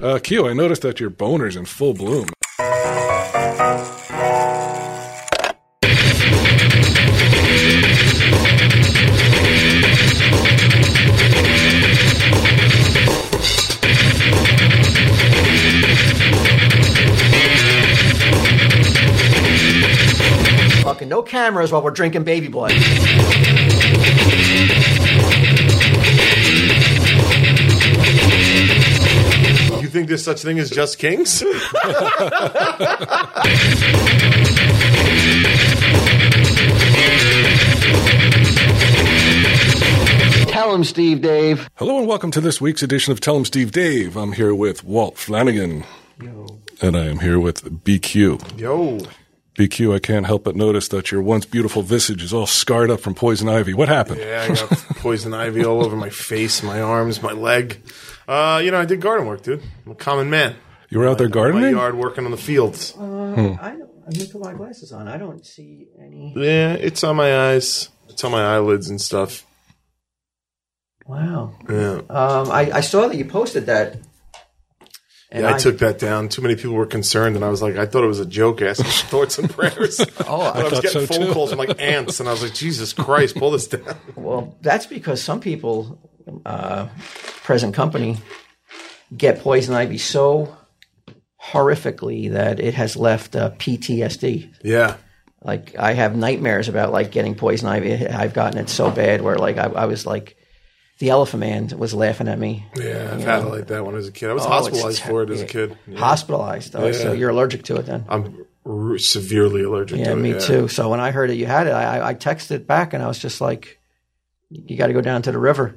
Uh, Keo, I noticed that your boner's in full bloom. Fucking no cameras while we're drinking baby blood. You think there's such thing as just kings? Tell him, Steve Dave. Hello and welcome to this week's edition of Tell 'em Steve Dave. I'm here with Walt Flanagan. And I am here with BQ. Yo, BQ, I can't help but notice that your once beautiful visage is all scarred up from poison ivy. What happened? yeah, I got poison ivy all over my face, my arms, my leg. Uh, you know, I did garden work, dude. I'm a common man. You were out there My gardening? yard, working on the fields. I don't. I need to put my glasses on. I don't see any. Yeah, it's on my eyes. It's on my eyelids and stuff. Wow. Yeah. Um, I, I saw that you posted that. And Yeah, I, took that down. Too many people were concerned, and I was like, I thought it was a joke. Asking for thoughts and prayers. oh, I, was thought getting so, phone too. calls from like ants, and I was like, Jesus Christ, pull this down. Well, that's because some people, uh, present company, get poison ivy so horrifically that it has left uh, PTSD. Yeah, Like I have nightmares about like getting poison ivy. I've gotten it so bad where like I, I was like, the Elephant Man was laughing at me. yeah, I've had it like that when I was a kid. I Oh, was it's hospitalized ter- for it as a yeah. kid. Yeah. Hospitalized though, so Yeah. you're allergic to it then. I'm r- severely allergic. Yeah, to it, me too. So when I heard that you had it, I, I- I texted back and I was just like, "You got to go down to the river."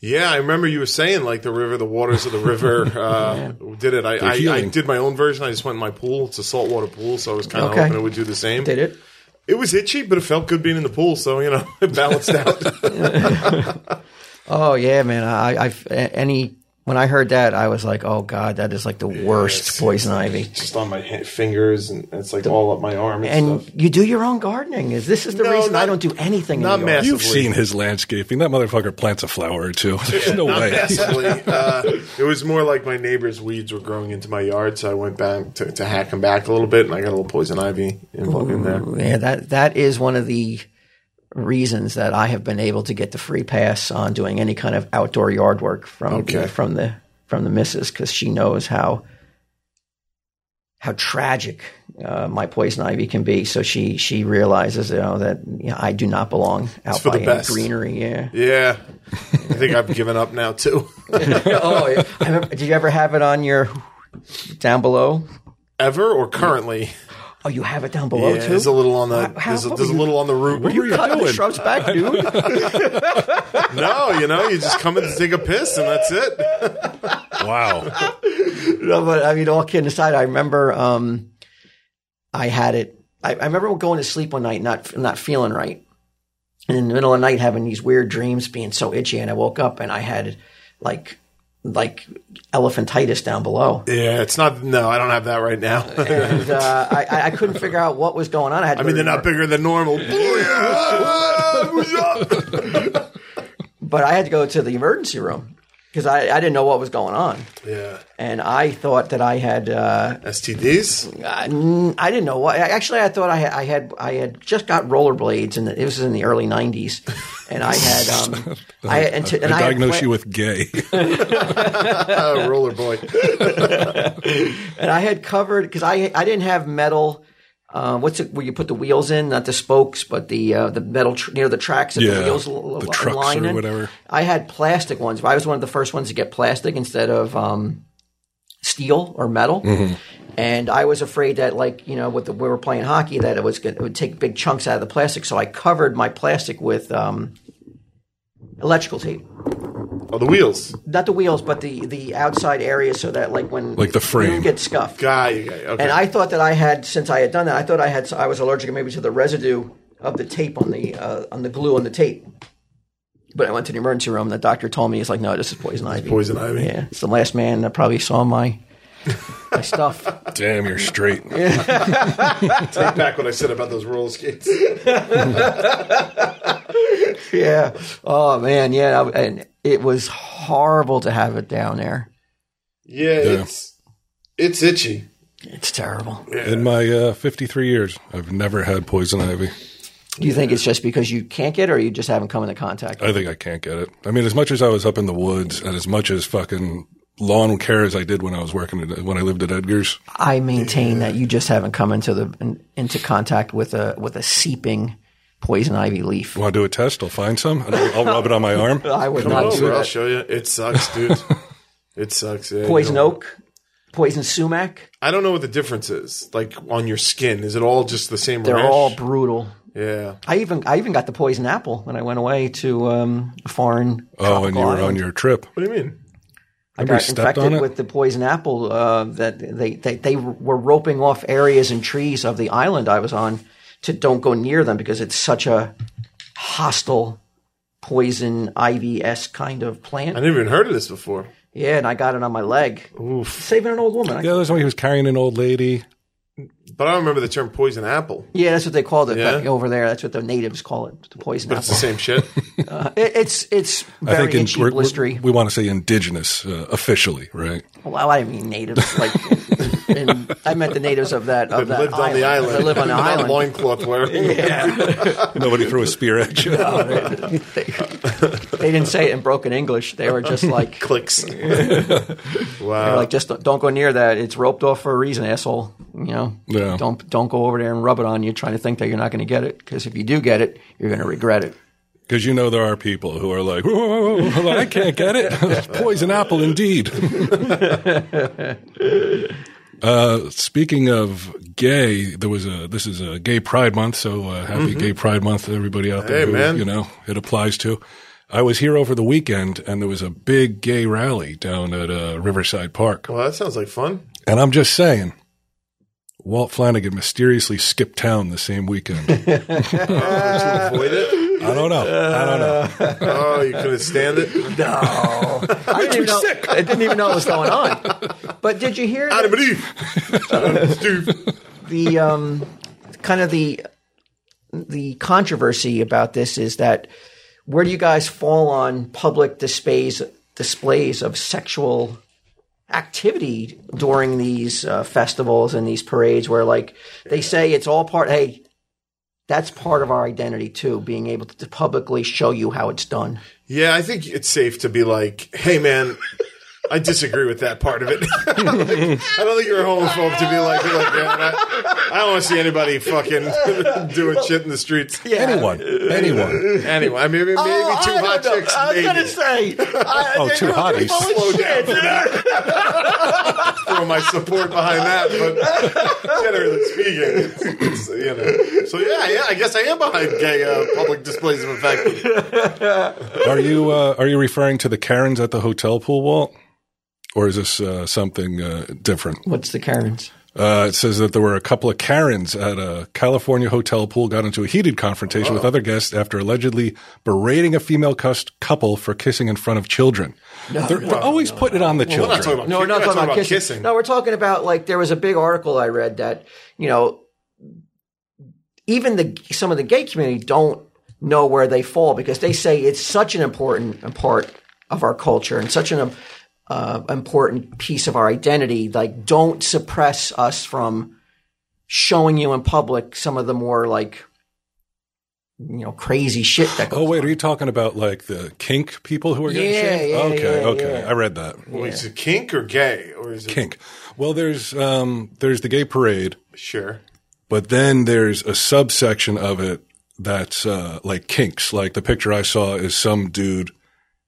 Yeah, I remember you were saying like the river, the waters of the river uh, did it. I, I, I healing. did my own version. I just went in my pool. It's a saltwater pool, so I was kind of Okay. hoping it would do the same. Did it? It was itchy, but it felt good being in the pool. So you know, it balanced out. Oh yeah, man. I, I've a- any when I heard that, I was like, "Oh God, that is like the worst poison ivy." just on my hand, fingers, and it's like all up my arm and, And stuff. you do your own gardening. Is this is the No, reason I not- don't do anything? not in New York. mass- You've Massively. seen his landscaping. That motherfucker plants a flower or two. There's no Not way. massively. uh, it was more like my neighbor's weeds were growing into my yard, so I went back to, to hack them back a little bit, and I got a little poison ivy involved in there. Yeah, that that is one of the reasons that I have been able to get the free pass on doing any kind of outdoor yard work from the, Okay. from the from the missus because she knows how how tragic uh, my poison ivy can be. So she she realizes you know that you know, I do not belong out for by the any best. greenery. Yeah. Yeah, I think I've given up now too. oh, yeah. I remember- did you ever have it on your down below? Ever or currently? Oh, you have it down below yeah, too. there's a little on the How- there's, a, what there's a were you- little on the What were root. you Cut the doing? shrubs back, dude. no, you know, you just come in to take a piss, and that's it. Wow. No, but I mean, all kidding aside, I remember um, I had it. I, I remember going to sleep one night, not not feeling right, and in the middle of the night having these weird dreams, being so itchy, and I woke up and I had like like elephantitis down below. Yeah, it's not. No, I don't have that right now. And, uh, I- I, I couldn't figure out what was going on. I had. I mean, they're not bigger than normal. but I had to go to the emergency room because I, I didn't know what was going on, yeah, and I thought that I had. Uh, STDs. I mm, I didn't know why. I- Actually, I thought I had, I had I had just got rollerblades, and it was in the early '90s, and I had um, I had- and, to, and I had diagnose pla- you with gay. Oh, roller boy. and I had covered because I I didn't have metal. Uh, what's it where you put the wheels in? Not the spokes, but the uh, the metal tr- near the tracks that Yeah, the wheels l- the l- trucks line or in. whatever. I had plastic ones. I was one of the first ones to get plastic instead of um, steel or metal. Mm-hmm. And I was afraid that, like you know, with the, we were playing hockey, that it was gonna, it would take big chunks out of the plastic. So I covered my plastic with um, electrical tape, Oh, the wheels. not the wheels, but the the outside area, so that like when Like the frame. get scuffed. Guy. Okay. And I thought that I had, since I had done that, I thought I had, I was allergic maybe to the residue of the tape on the uh, on the glue on the tape. But I went to the emergency room. The doctor told me he's like, no, this is poison ivy. poison ivy. Yeah, it's the last man that probably saw my my stuff. Damn, you're straight. Take back what I said about those roller skates. yeah. Oh man. Yeah. I- and it was horrible to have it down there. Yeah, it's it's itchy. It's terrible. In my uh, 53 years, I've never had poison ivy. Do you think it's just because you can't get it or you just haven't come into contact? I think I can't get it. I mean, as much as I was up in the woods and as much as fucking lawn care as I did when I was working at, when I lived at Edgar's, I maintain that you just haven't come into the in, into contact with a with a seeping poison ivy leaf. want to do a test? I'll find some. And I'll, I'll rub it on my arm. I would Come not do over, I'll that. show you. It sucks, dude. it sucks. yeah, you Poison don't- oak, poison sumac, I don't know what the difference is. Like on your skin, is it all just the same? they're rash? all brutal. yeah. I even I even got the poison apple when I went away to um, a foreign. Oh, and you were on your trip. What do you mean? I you got stepped on infected it? with the poison apple uh, that they, they they were roping off areas and trees of the island I was on to don't go near them because it's such a hostile poison ivy esque kind of I plant. never even heard of this before. Yeah, and I got it on my leg, Oof. saving an old woman. I- Yeah, there's somebody who was carrying an old lady. But I don't remember the term poison apple. Yeah, that's what they called it back Yeah. over there. That's what the natives call it, the poison It's the apple. same shit. It, it's it's very in- itchy, we're- we're- blistery. we want to say indigenous uh, officially, right? Well, I didn't mean natives. Like, in, in- I meant the natives of that of That that lived island. on the island. They live on the Not island. Loincloth wearing. Nobody threw a spear at you. they, they didn't say it in broken English. They were just like, Clicks. they wow. were like just don't go near that. It's roped off for a reason, asshole. You know, Yeah. don't don't go over there and rub it on you, trying to think that you're not going to get it. Because if you do get it, you're going to regret it. Because you know there are people who are like, whoa, whoa, whoa, whoa, I can't get it. Poison apple, indeed. uh, speaking of gay, there was a. This is a Gay Pride Month, so uh, happy Gay Pride Month, to everybody out there. Mm-hmm. Hey, who, man. You know it applies to. I was here over the weekend, and there was a big gay rally down at uh, Riverside Park. well, that sounds like fun. And I'm just saying, Walt Flanagan mysteriously skipped town the same weekend. Avoid it. I don't know. I don't know. Oh, you couldn't stand it. No, I didn't even know. I didn't even know what was going on. But did you hear? that- I don't believe. I don't believe. the um, kind of the the controversy about this is that where do you guys fall on public displays displays of sexual activity during these uh, festivals and these parades where like they say it's all part hey that's part of our identity too being able to publicly show you how it's done Yeah, I think it's safe to be like, hey, man, I disagree with that part of it. Like, I don't think you're a homophobe to be like, be like, man, I, I don't want to see anybody fucking doing shit in the streets. Yeah. Anyone, anyone. Anyway, Oh, I mean, maybe two hot chicks. maybe. say Oh, two hotties. Slow down for that. Throw my support behind that, but generally speaking, it's, it's, you know. So yeah, yeah, I guess I am behind gay uh, public displays of affection. Are you uh, are you referring to the Karens at the hotel pool, Walt? Or is this uh, something uh, different? what's the karens Uh, it says that there were a couple of Karens at a California hotel pool got into a heated confrontation with other guests after allegedly berating a female cus- couple for kissing in front of children. they're, they're always putting it on the We're Oh, children. not talking about No, we're not talking about kissing. kissing. No, we're talking about like there was a big article I read that you know even the some of the gay community don't know where they fall because they say it's such an important part of our culture and such an uh, important piece of our identity. Like, don't suppress us from showing you in public some of the more like you know crazy shit that goes Oh wait, are you talking about like the kink people who are getting Yeah, shaved? yeah, okay, yeah, okay, yeah. I read that. Wait, is it kink or gay or is it Kink. Well, there's um, there's the gay parade, Sure. but then there's a subsection of it that's uh, like kinks. Like the picture I saw is some dude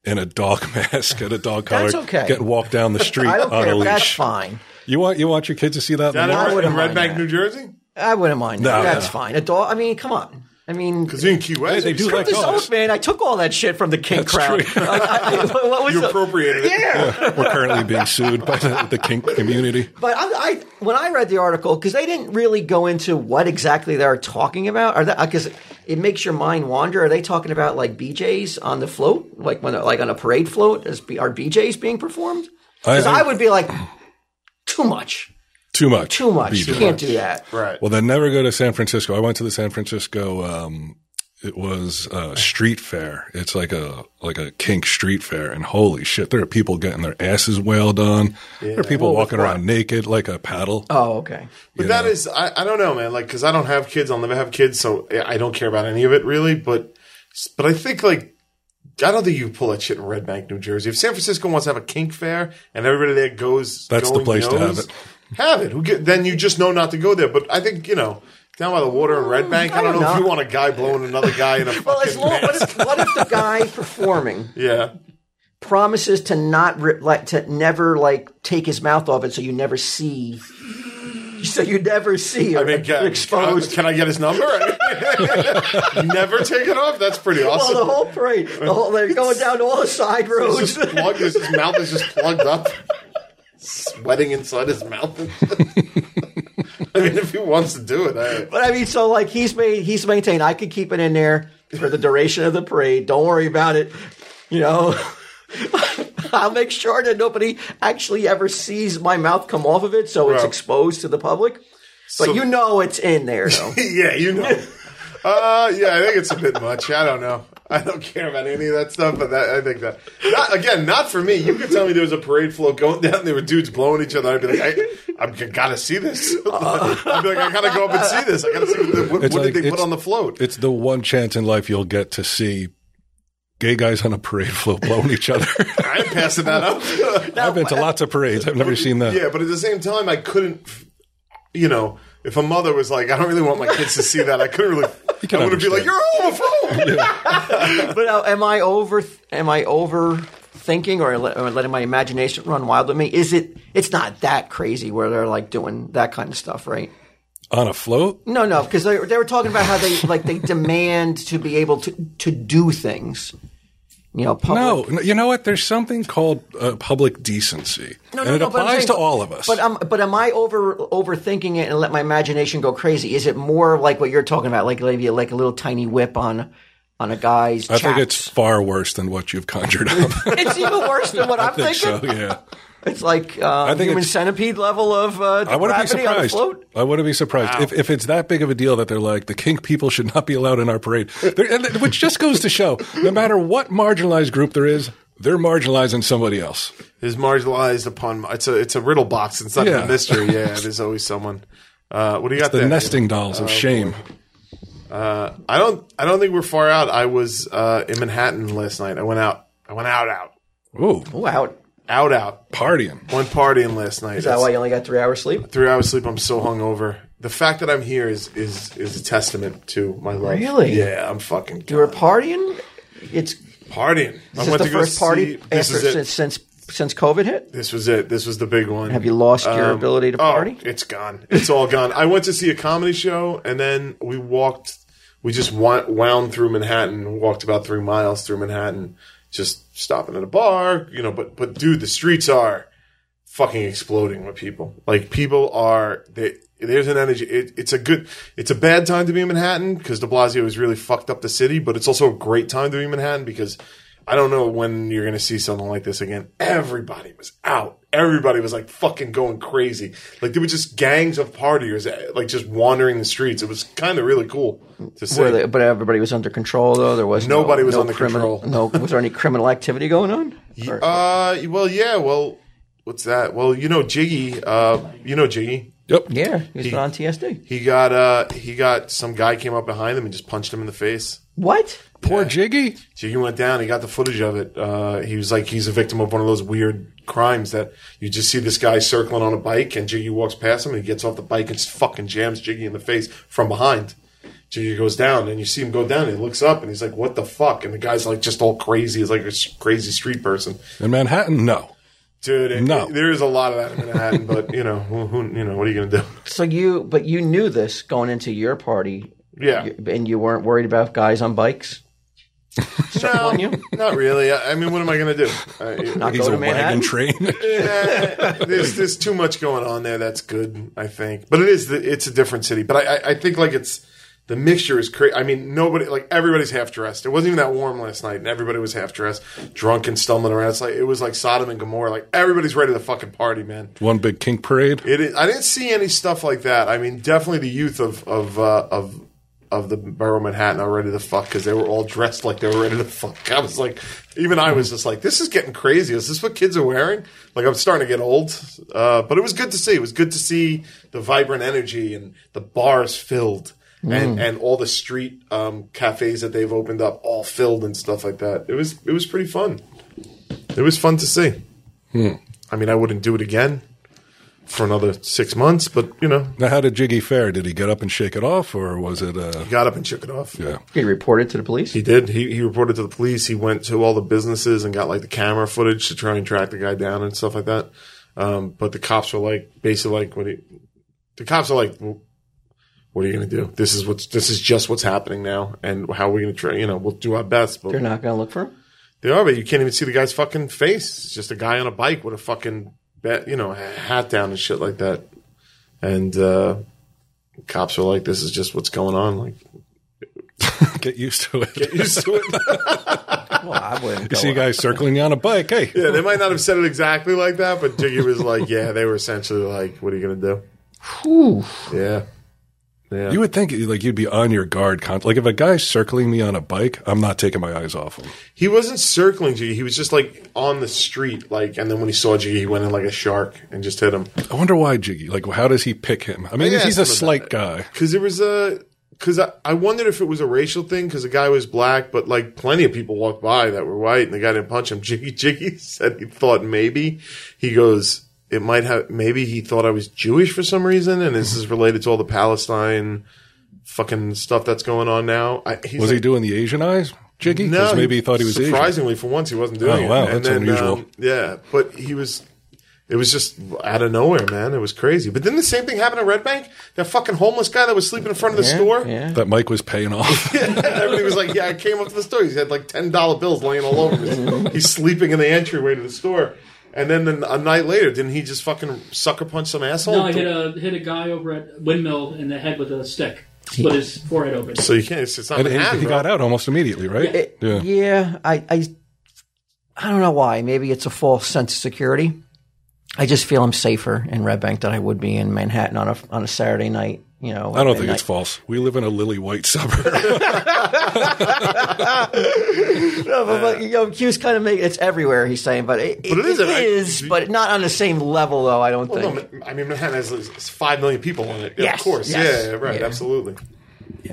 in a dog mask and a dog collar That's okay. getting walked down the street I on don't care. a but That's leash. fine. You want you want your kids to see that? Down Laura? in, Red- in wouldn't mind Red Bank, that. New Jersey? I wouldn't mind. No, that. That's no. fine. A dog. I mean, come on. I mean, Because in Key West, they do you like this dogs. old man, I took all that shit from the king That's crowd. true. Like, I- I- what was the- appropriated it. yeah, We're currently being sued by the, the kink community. but I, I when I read the article because they didn't really go into what exactly they're talking about, or that because it makes your mind wander. Are they talking about like BJ's on the float, like when like on a parade float? Is, are BJ's being performed? Because I- I, would be like, too much, Too much. too much. You BJ. can't do that. Right. Well, then never go to San Francisco. I went to the San Francisco. Um, it was uh, street fair. It's like a like a kink street fair, and holy shit, there are people getting their asses wailed on. There are people walking around naked like a paddle. Oh, okay. But that is, I, I don't know, man. Like, because I don't have kids, I'll never have kids, so I- I don't care about any of it really. But, but I think like, I don't think you can pull that shit in Red Bank, New Jersey. If San Francisco wants to have a kink fair and everybody there goes, That's the going place to have knows, it. Have it. Who get, then you just know not to go there. But I think you know. Down by the water in Red Bank, I don't, I don't know, if know. you want a guy blowing another guy in a fucking Mm, Well, as long what if, what if the guy performing yeah. promises to not rip, like to never like take his mouth off it, so you never see, so you never see I or mean, can, exposed. Can I get his number? Never take it off. That's pretty awesome. well, the whole parade, the whole, they're going down all the side He's roads. just plugged. His, his mouth is just plugged up, sweating inside his mouth. I mean, if he wants to do it, I, But I mean, so like he's made he's maintained. I could keep it in there for the duration of the parade. Don't worry about it. You know, I'll make sure that nobody actually ever sees my mouth come off of it, so it's Right. exposed to the public. So- but you know it's in there, though. yeah, you know. Uh, yeah, I think it's a bit much. I don't know. I don't care about any of that stuff, but that, I think that not, again, not for me. You could tell me there was a parade float going down. There were dudes blowing each other. I'd be like, I, I'm gotta see this. I'd be like, I gotta go up and see this. I gotta see what, what, It's what like- did they put it's- on the float. It's the one chance in life you'll get to see gay guys on a parade float blowing each other. I'm passing that up. I've been to lots of parades. I've never seen that. yeah, but at the same time, I couldn't. You know, if a mother was like, "I don't really want my kids to see that," I couldn't really. can I would be like, understand. "You're a homophobe." but uh, am I over? Am I over? Thinking or, let, or letting my imagination run wild with me is it? It's not that crazy where they're like doing that kind of stuff, right? On a float? No, no, because they, they were talking about how they like they demand to be able to to do things. You know, public. No. No, You know what? There's something called uh, public decency. and it but I'm applies saying- to all of us. But um, but am I over overthinking it and let my imagination go crazy? Is it more like what you're talking about, like maybe like a little tiny whip on on a guy's? I think it's far worse than what you've conjured up. it's even worse than what I'm I think so, thinking. yeah. It's like uh, think human it's- centipede level of uh, I wouldn't be gravity on a surprised. float. I wouldn't be surprised if, if it's that big of a deal that they're like the kink people should not be allowed in our parade, There- and th- which just goes to show no matter what marginalized group there is, they're marginalizing somebody else. is marginalized upon. It's a it's a riddle box. It's not Yeah. a mystery. Yeah, there's always someone. Uh, what do you got The there? nesting dolls Oh, of shame. Uh, I don't. I don't think we're far out. I was uh, in Manhattan last night. I went out. I went out. Out. Ooh, Wow, Out. Out. partying. Went partying last night. is that why you only got three hours sleep? Three hours sleep. I'm so hungover. The fact that I'm here is is is a testament to my life. Really? Yeah, I'm fucking. You were partying. It's partying. This is the first party This after, is it. since, since since COVID hit. This was it. This was the big one. Have you lost your Um, ability to oh, party? it's gone. It's all gone. I went to see a comedy show, and then we walked. We just wa- wound through Manhattan. Walked about three miles through Manhattan, just stopping at a bar, you know. But but dude, the streets are fucking exploding with people. Like people are they, there's an energy. It, it's a good. It's a bad time to be in Manhattan because De Blasio has really fucked up the city. But it's also a great time to be in Manhattan because I don't know when you're going to see something like this again. Everybody was out. Everybody was like fucking going crazy. Like there were just gangs of partiers eh, like just wandering the streets. It was kind of really cool to see. Were they- but everybody was under control, though. There was Nobody no, was no under criminal, control. No, was there any criminal activity going on? Or- Uh, well, yeah, well. What's that? Well, you know Jiggy. Uh, you know Jiggy. Yep. yeah, he was on TSD. He got uh he got some guy came up behind him and just punched him in the face. What? Poor Jiggy. Jiggy went down. He got the footage of it. Uh, he was like he's a victim of one of those weird crimes that you just see this guy circling on a bike and Jiggy walks past him and he gets off the bike and just fucking jams Jiggy in the face from behind. Jiggy goes down and you see him go down. And he looks up and he's like, "What the fuck?" And the guy's like just all crazy. He's like a s- crazy street person. In Manhattan, no. Dude, it- No. there is a lot of that in Manhattan, but you know, who, who, you know, what are you gonna do? So you, but you knew this going into your party, Yeah. you- and you weren't worried about guys on bikes. no, on you? not really. I, I mean, what am I gonna do? I, Not He's go a to Manhattan. wagon train. there's there's too much going on there. That's good, I think. But it is the, it's a different city. But I, I, I think like it's the mixture is crazy. I mean, nobody like everybody's half dressed. It wasn't even that warm last night, and everybody was half dressed, drunk and stumbling around. It's like it was like Sodom and Gomorrah. Like everybody's ready to fucking party, man. one big kink parade. It is, I didn't see any stuff like that. I mean, definitely the youth of of uh, of of the borough of Manhattan are ready to fuck because they were all dressed like they were ready to fuck. I was like, even I was just like, this is getting crazy. Is this what kids are wearing? Like, I'm starting to get old. Uh, but it was good to see. It was good to see the vibrant energy and the bars filled and, and all the street um, cafes that they've opened up all filled and stuff like that. It was it was pretty fun. It was fun to see. I mean, I wouldn't do it again for another six months, but you know, Now, how did Jiggy fare? Did he get up and shake it off, or was it? Uh, he got up and shook it off. yeah. He reported to the police. He did. He, he reported to the police. He went to all the businesses and got like the camera footage to try and track the guy down and stuff like that. Um, but the cops were like, basically like, what? do you- the cops are like, "Well, what are you going to do? This is what's this is just what's happening now, and how are we going to try? You know, we'll do our best, but They're not going to look for him. they are. But you can't even see the guy's fucking face. It's just a guy on a bike with a fucking bat, you know hat down and shit like that. And uh, cops were like, this is just what's going on. Like, Get used to it. get used to it. Well, I wouldn't. you see a guy circling you on a bike. Hey, Yeah, they might not have said it exactly like that, but Jiggy was like, "Yeah, they were essentially like, what are you gonna Whew. do?" Yeah, yeah. you would think like you'd be on your guard. Con- like if a guy's circling me on a bike, I'm not taking my eyes off him. he wasn't circling Jiggy; he was just like on the street, like. And then when he saw Jiggy, he went in like a shark and just hit him I wonder why Jiggy. Like, how does he pick him? I mean, Yeah, he's a something slight like guy. because there was a because I, I wondered if it was a racial thing because the guy was black, but like plenty of people walked by that were white and the guy didn't punch him. Jiggy Jiggy said he thought maybe he goes. It might have maybe he thought I was Jewish for some reason, and this is related to all the Palestine fucking stuff that's going on now. I, he's Was like, he doing the Asian eyes, Jiggy? Because no, maybe he thought he was Asian. surprisingly for once he wasn't doing Oh, it. um, wow, that's unusual. yeah, but he was. It was just out of nowhere, man. It was crazy. But then the same thing happened at Red Bank. That fucking homeless guy that was sleeping in front of the store. Yeah. That Mike was paying off. Everybody was like, "Yeah, I came up to the store. He's had like ten dollar bills laying all over him. He's sleeping in the entryway to the store." And then an- a night later, didn't he just fucking sucker punch some asshole? No, I hit a hit a guy over at Windmill in the head with a stick. Split his forehead open. so you can't. It's, it's not and, an and he got out almost immediately, right? It- yeah. I, I, I don't know why. Maybe it's a false sense of security. I just feel I'm safer in Red Bank than I would be in Manhattan on a on a Saturday night. You know, I don't think it's false. We live in a lily white suburb. No, but, but you know, Q's kind of make it's everywhere. He's saying, but it, But it it is is, everywhere. but not on the same level, though. I don't Well, think. no, Ma- I mean, Manhattan has like, five million people in it. Yes, of course. yes. yeah, yeah, right. Yeah. Absolutely.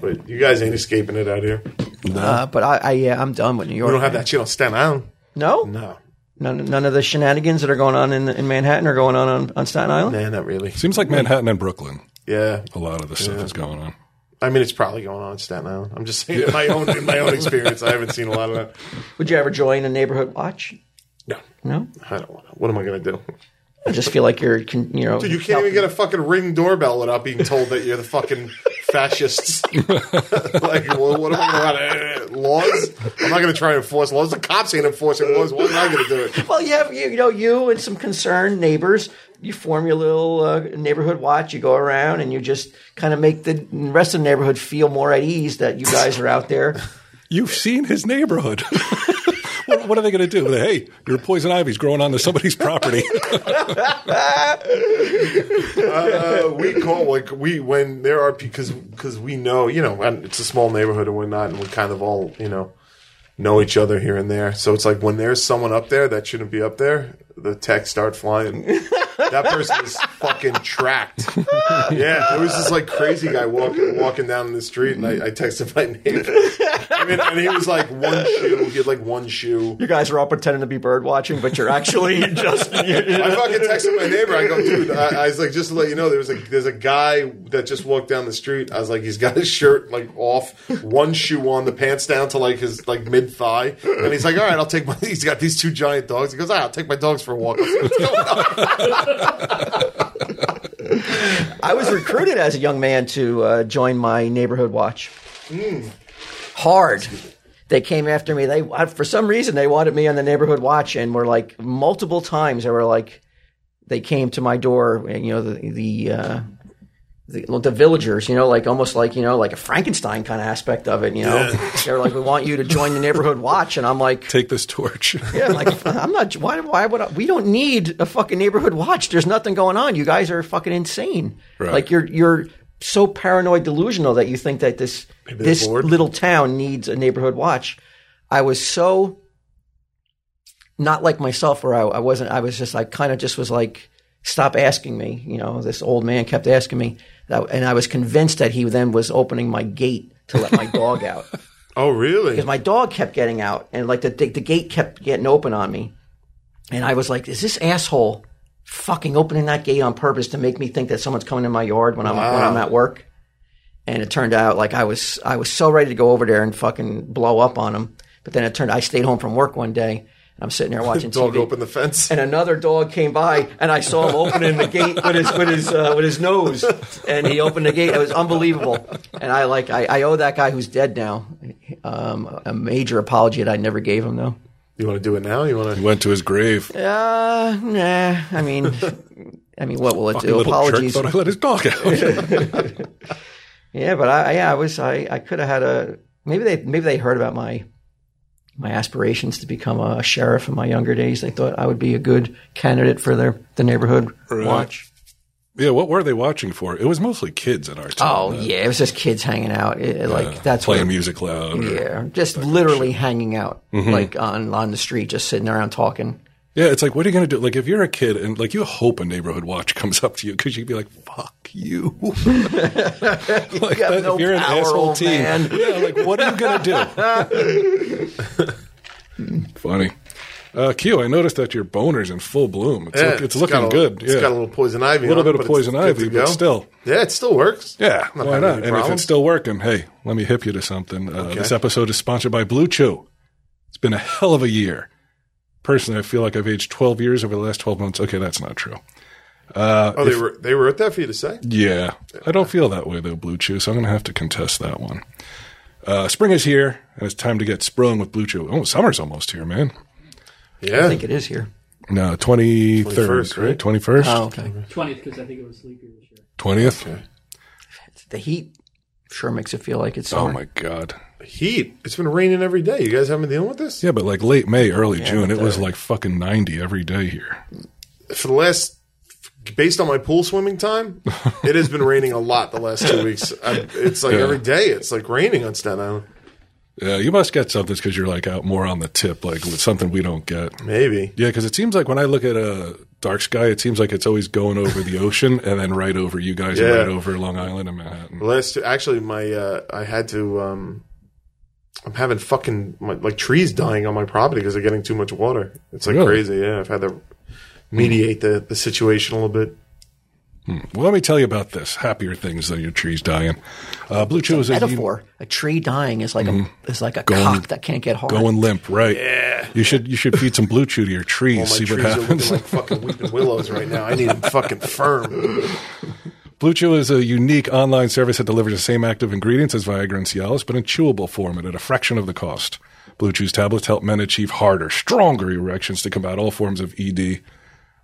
But you guys ain't escaping it out here. We uh, but I, I, yeah, I'm done with New York. don't have that shit on Staten Island. No, No, none, none of the shenanigans that are going on in, in Manhattan are going on on, on Staten Island. nah, not really. Seems like Manhattan and Brooklyn. Yeah, A lot of the stuff is going on. I mean, it's probably going on in Staten Island. I'm just saying, in my own in my own experience, I haven't seen a lot of that. Would you ever join a neighborhood watch? No, No, I don't want to. What am I going to do? I just feel like you're, con- you know, Dude, you can't even get a fucking ring doorbell without being told that you're the fucking fascists. like, well, what am I going to laws? I'm not going to try and enforce laws. The cops ain't enforcing laws. Why am I going to do it? Well, you have you, you know you and some concerned neighbors. You form your little uh, neighborhood watch. You go around and you just kind of make the rest of the neighborhood feel more at ease that you guys are out there. You've seen his neighborhood. what, what are they going to do? Hey, your poison ivy's growing onto somebody's property. Uh, we call like we when there are because because we know you know and it's a small neighborhood and we're not and we kind of all you know know each other here and there. So it's like when there's someone up there that shouldn't be up there, the texts start flying. that person is fucking tracked. yeah, there was this like crazy guy walking walking down the street, and I, I texted my neighbor. I mean, and he was like one shoe. He had like one shoe. You guys are all pretending to be bird watching, but you're actually just. I fucking texted my neighbor. I go, dude. I, I was like, just to let you know, there was a there's a guy that just walked down the street. I was like, he's got his shirt like off, one shoe on, the pants down to like his like mid thigh, and he's like, all right, I'll take my. He's got these two giant dogs. He goes, all right, I'll take my dogs for a walk. I was like, "What's going on?" I was recruited as a young man to uh, join my neighborhood watch. Hard. They came after me. They I- for some reason they wanted me on the neighborhood watch, and were like multiple times. They were like, they came to my door. and, You know the the. Uh, the, the villagers, you know, like almost like you know, like a Frankenstein kind of aspect of it. You know, they're like, "We want you to join the neighborhood watch," and I'm like, Take this torch. yeah, like I'm not. Why? Why would I, we don't need a fucking neighborhood watch? There's nothing going on. You guys are fucking insane. Right. Like you're you're so paranoid delusional that you think that this Maybe they're this bored. little town needs a neighborhood watch. I was so not like myself where I, I wasn't I was just I kind of just was like stop asking me you know this old man kept asking me that, and I was convinced that he then was opening my gate to let my dog out Oh, really? because my dog kept getting out and like the, the the gate kept getting open on me and I was like is this asshole fucking opening that gate on purpose to make me think that someone's coming in my yard when I'm when I'm at work and it turned out like I was I was so ready to go over there and fucking blow up on him but then it turned I stayed home from work one day and I'm sitting there watching Dog TV opened the fence. and another dog came by, and I saw him opening the gate with his with his uh, with his nose, and he opened the gate. It was unbelievable, and I like I, I owe that guy who's dead now um, a major apology that I never gave him though. You want to do it now? You want He to? went to his grave. Uh, nah. I mean, I mean, what will it do? little Apologies. jerk thought I let his dog out. Yeah, but I yeah I was I I could have had a maybe they maybe they heard about my my aspirations to become a sheriff in my younger days. They thought I would be a good candidate for their the neighborhood Right. watch. yeah, what were they watching for? It was mostly kids at our time. Oh uh, yeah, it was just kids hanging out. It- like Oh, that's Mm. playing what. music loud. or- Yeah, just literally hanging out, Mm-hmm. like on on the street, just sitting around talking. Yeah, it's like, what are you going to do? Like, if you're a kid and like you hope a neighborhood watch comes up to you because you'd be like, fuck you. like, have that- no if you're an power, asshole old teen. man. Yeah, like, what are you going to do? Funny. Uh, Q, I noticed that your boner's in full bloom. It's, look- Yeah, it's looking got a- good. It's yeah. got a little poison ivy. Little on bit it, of but it's poison good to ivy, but go. still. Yeah, it still works. Yeah, I'm not why having not? any And if problem. it's still working, hey, let me hip you to something. Uh, This episode is sponsored by Blue Chew. It's been a hell of a year. Personally, I feel like I've aged 12 years over the last 12 months. Okay, that's not true. oh, they were they wrote that for you to say. Yeah. I don't feel that way, though, Blue Chew, so I'm going to have to contest that one. Uh, spring is here, and it's time to get sprung with Blue Chew. Oh, summer's almost here, man. Yeah, I think it is here. No, 23rd, 21st, right? right? 21st? Oh, okay. Twentieth, because I think it was sleepier this year. 20th? The heat sure makes it feel like it's Oh, summer. my God. heat. It's been raining every day. You guys haven't been dealing with this Yeah, but like late May, early June, it was like fucking 90 every day here. for the last. Based on my pool swimming time, it has been raining a lot the last two weeks. I, it's like Yeah. every day. It's like raining on Staten Island. Yeah, you must get something because you're like out more on the tip, like with something we don't get. Maybe. Yeah, because it seems like when I look at a dark sky, it seems like it's always going over the ocean and then right over you guys and Yeah. right over Long Island and Manhattan. The last two, actually, my uh, I had to. Um, I'm having fucking my, like trees dying on my property because they're getting too much water. It's like Really? crazy. Yeah, I've had to mediate the, the situation a little bit. Well, let me tell you about this. Happier things than your trees dying. Uh, Blue Chew is a Metaphor: a tree dying is like a is like a cock that can't get hard. Mm-hmm. going limp, right? Yeah. You should you should feed some Blue Chew to your trees. All my see trees what are looking happens. like fucking weeping willows right now. I need them fucking firm. Blue Chew is a unique online service that delivers the same active ingredients as Viagra and Cialis, but in chewable form and at a fraction of the cost. Blue Chew's tablets help men achieve harder, stronger erections to combat all forms of ED.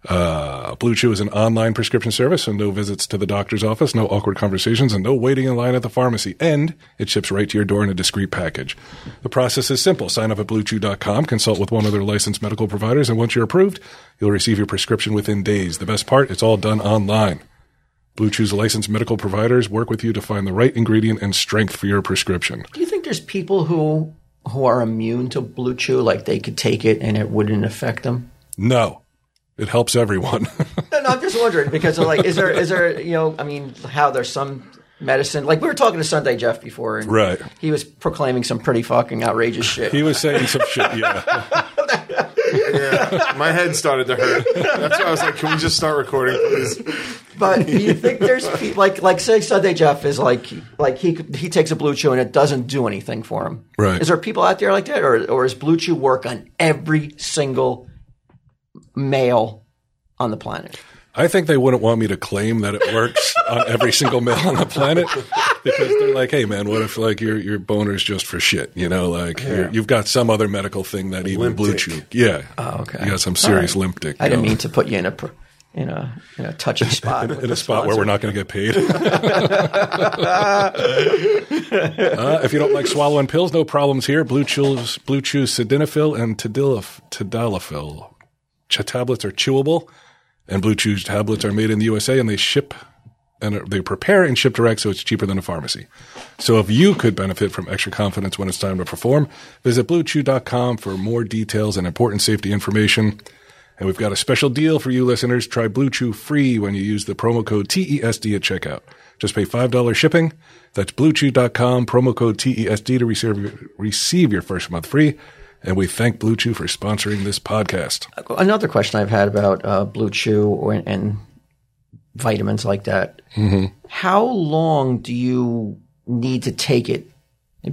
Uh, Blue Chew is an online prescription service, so no visits to the doctor's office, no awkward conversations, and no waiting in line at the pharmacy. And it ships right to your door in a discreet package. The process is simple. Sign up at bluechew.com, consult with one of their licensed medical providers, and once you're approved, you'll receive your prescription within days. The best part, it's all done online. Blue Chew's licensed medical providers work with you to find the right ingredient and strength for your prescription. Do you think there's people who who are immune to blue chew, like they could take it and it wouldn't affect them? No, it helps everyone. No, no, I'm just wondering because like, is there is there you know, I mean, how there's some medicine like we were talking to Sunday Jeff before, and Right. He was proclaiming some pretty fucking outrageous shit. he was saying some shit, yeah. Yeah, my head started to hurt. That's why I was like, "Can we just start recording, please?" but do you think there's pe- like like say Sunday Jeff is like like he could- he takes a blue chew and it doesn't do anything for him. Right. Is there people out there like that, or or is blue chew work on every single male on the planet? I think they wouldn't want me to claim that it works on every single male on the planet because they're like, hey, man, what if like your your boner's just for shit? You know, like you're- you've got some other medical thing that even Limp Blue dick. Chew. Yeah. Oh, okay. You got some serious All right. limp dick. I didn't going. mean to put you in a pr- in a in a touchy spot. in a spot where we're not going to get paid. Uh, if you don't like swallowing pills, no problems here. Blue Chew's Blue Chew Sildenafil and Tadalaf, Tadalafil. Ch- tablets are chewable, and Blue Chew tablets are made in the USA, and they ship and they prepare and ship direct, so it's cheaper than a pharmacy. So if you could benefit from extra confidence when it's time to perform, visit BlueChew.com for more details and important safety information. And we've got a special deal for you listeners. Try Blue Chew free when you use the promo code TESD at checkout. Just pay $5 shipping. That's bluechew.com, promo code TESD to receive, receive your first month free. And we thank Blue Chew for sponsoring this podcast. Another question I've had about uh, Blue Chew or- and, and vitamins like that. How long do you need to take it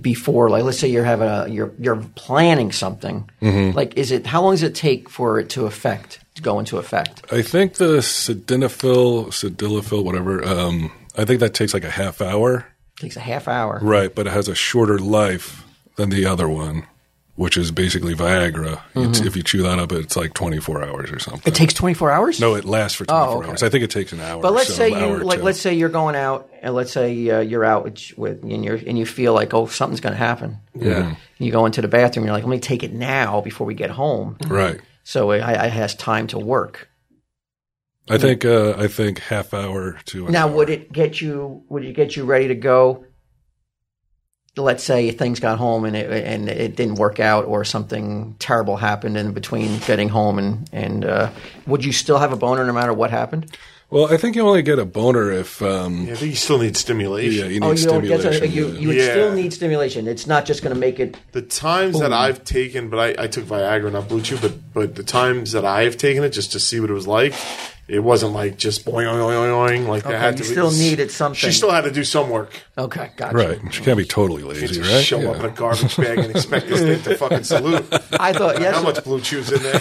before? Like, let's say you're having a you're you're planning something. Like, is it how long does it take for it to affect to go into effect? I think the sildenafil, sildenafil, whatever, um, I think that takes like a half hour. takes a half hour. Right, but it has a shorter life than the other one, which is basically Viagra. It's, if you chew that up, it's like 24 hours or something. It takes 24 hours. no, it lasts for 24 Oh, okay. hours. I think it takes an hour. But let's so, say an hour you or like two. let's say you're going out and let's say uh, you're out with, with and you and you feel like oh something's going to happen. Yeah. You go into the bathroom. You're like, let me take it now before we get home, Right. so I, I has time to work. I think uh, I think half hour to an Now, hour. would it get you? Would it get you ready to go? Let's say things got home and it and it didn't work out, or something terrible happened in between getting home and and uh, would you still have a boner no matter what happened? Well, I think you only get a boner if um, I think you still need yeah, stimulation. you need Oh, you don't get stimulation. to, you you would Yeah. still need stimulation. It's not just going to make it. The times Oh. that I've taken, but I, I took Viagra, not Blue Chew, but but the times that I have taken it just to see what it was like, it wasn't like just boing oing oing oing like that. Had you to still be, needed something. She still had to do some work. Okay, gotcha. Right. She can't be totally lazy, Just right? show Yeah. up in a garbage bag and expect this thing to fucking salute. I thought yes, How much Blue Chew's in there?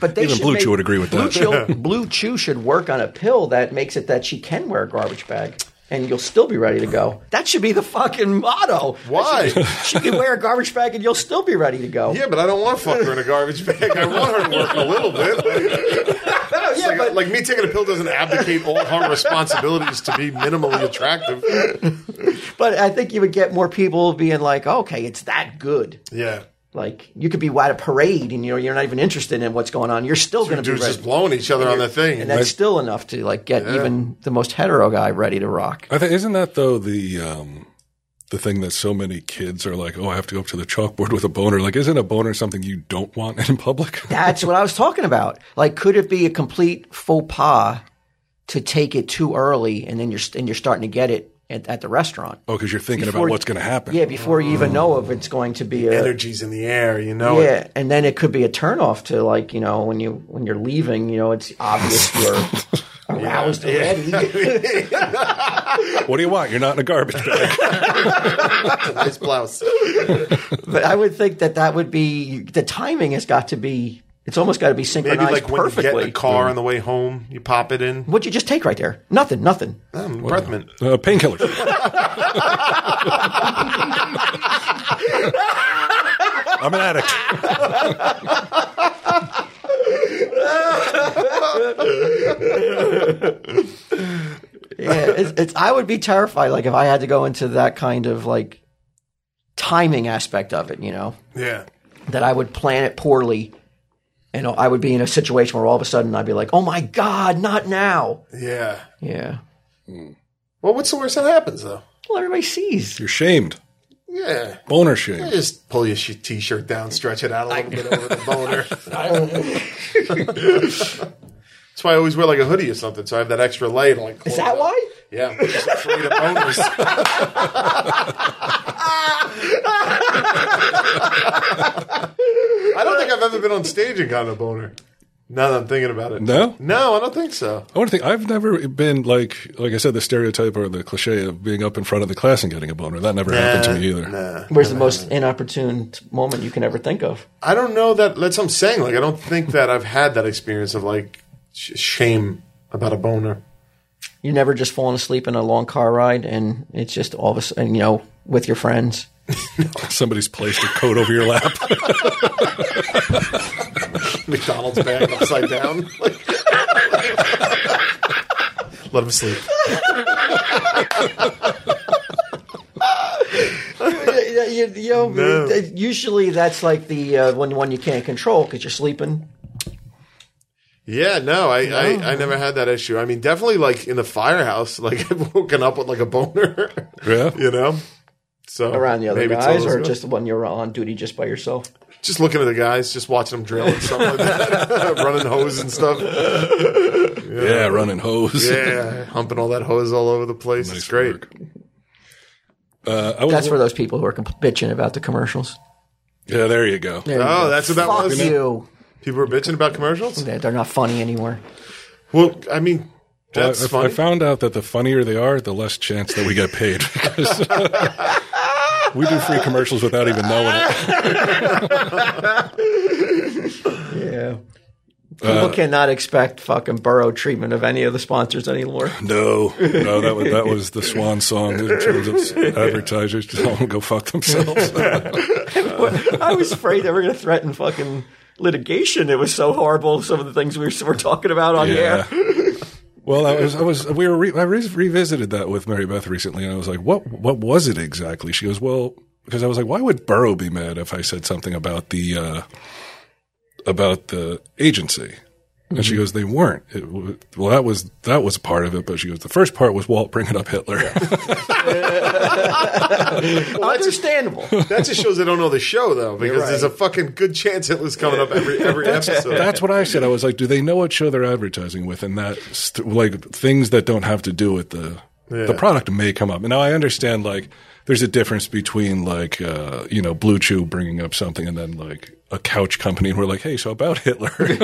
but they Even should Blue make- Chew would agree with Blue that. Chew, Blue Chew should work on a pill that makes it that she can wear a garbage bag. And you'll still be ready to go. That should be the fucking motto. Why? She can wear a garbage bag and you'll still be ready to go. Yeah, but I don't want to fuck her in a garbage bag. I want her to work a little bit. no, yeah, like, but like me taking a pill doesn't abdicate all her responsibilities to be minimally attractive. but I think you would get more people being like, okay, it's that good. Yeah. Like you could be at a parade and you know you're not even interested in what's going on. You're still going to be Dudes ready, just blowing each other on the thing. and that's still enough to like get even the most hetero guy ready to rock. I think isn't that though the um, the thing that so many kids are like, oh, I have to go up to the chalkboard with a boner. Like, isn't a boner something you don't want in public? That's what I was talking about. Like, could it be a complete faux pas to take it too early and then you're and you're starting to get it at, at the restaurant? Oh, because you're thinking Before- about what's going to happen. Yeah, before you even know if it's going to be a Energy's in the air, you know. it. yeah, and then it could be a turnoff to like you know when you when you're leaving, you know it's obvious you're aroused already. What do you want? You're not in a garbage bag. Nice blouse. But I would think that that would be the timing has got to be it's almost got to be Maybe synchronized like when you get in perfectly. the car on the way home, you pop it in. What'd you just take right there? Nothing, nothing. Um, breath mint. uh, Painkiller. I'm an addict. yeah, it's, it's, I would be terrified. Like if I had to go into that kind of like timing aspect of it, you know, Yeah. that I would plan it poorly, and I would be in a situation where all of a sudden I'd be like, "Oh my god, not now!" Yeah. Yeah. Well, what's the worst that happens, though? Well, everybody sees. You're shamed. Yeah. Boner You shamed. Just pull your sh- t-shirt down, stretch it out a little bit over the boner. That's why I always wear like a hoodie or something, so I have that extra layer. to, Like, Is that why? Yeah, I'm just afraid of boners. I don't think I've ever been on stage and gotten a boner. Now that I'm thinking about it, No? no, I don't think so. I want to think. I've never been like, like I said, the stereotype or the cliche of being up in front of the class and getting a boner. That never happened to me either. Nah. Where's the most inopportune t- moment you can ever think of? I don't know that. That's what I'm saying. Like, I don't think that I've had that experience of like sh- shame about a boner. You never just fallen asleep in a long car ride, and it's just all of a sudden, you know, with your friends. Somebody's placed a coat over your lap. McDonald's bag upside down. Let him sleep. Yeah, you, you know, it- usually that's like the uh, one one you can't control because you're sleeping. Yeah, no, I, I, I never had that issue. I mean, definitely like in the firehouse, like I've woken up with like a boner. Yeah. you know? So Around the other maybe it's guys, all or those- just when you're on duty just by yourself? just looking at the guys, just watching them drill and stuff like that, running hose and stuff. Yeah, running hose. Yeah, humping all that hose all over the place. it's great. work. Uh, I was, That's for those people who are compl- bitching about the commercials. yeah, there you go. There you Oh, go. that's what that Fuck was? you. People were bitching about commercials. They're they're not funny anymore. Well, I mean, that's I, I- funny. I found out that the funnier they are, the less chance that we get paid. Because we do free commercials without even knowing it. Yeah. People cannot expect fucking borough treatment of any of the sponsors anymore. No, no, that was, that was the swan song in terms of advertisers. Tell them go fuck themselves. I was afraid they were going to threaten fucking litigation. It was so horrible, some of the things we were, were talking about on Yeah. the air. Well, I was, I was, we were, re- I re- revisited that with Mary Beth recently, and I was like, what, what was it exactly? She goes, well, because I was like, why would Burrow be mad if I said something about the, uh, about the agency? And she goes, they weren't. It, w- well, that was that was part of it, but she goes, the first part was Walt bringing up Hitler. Understandable. that just shows they don't know the show though, because there's a fucking good chance Hitler's coming up every every episode. That's what I said. I was like, do they know what show they're advertising with? And that, st- like, things that don't have to do with the the product may come up. And now I understand, like, there's a difference between, like, uh, you know, Blue Chew bringing up something and then, like, a couch company. And we're like, hey, so about Hitler. Wait,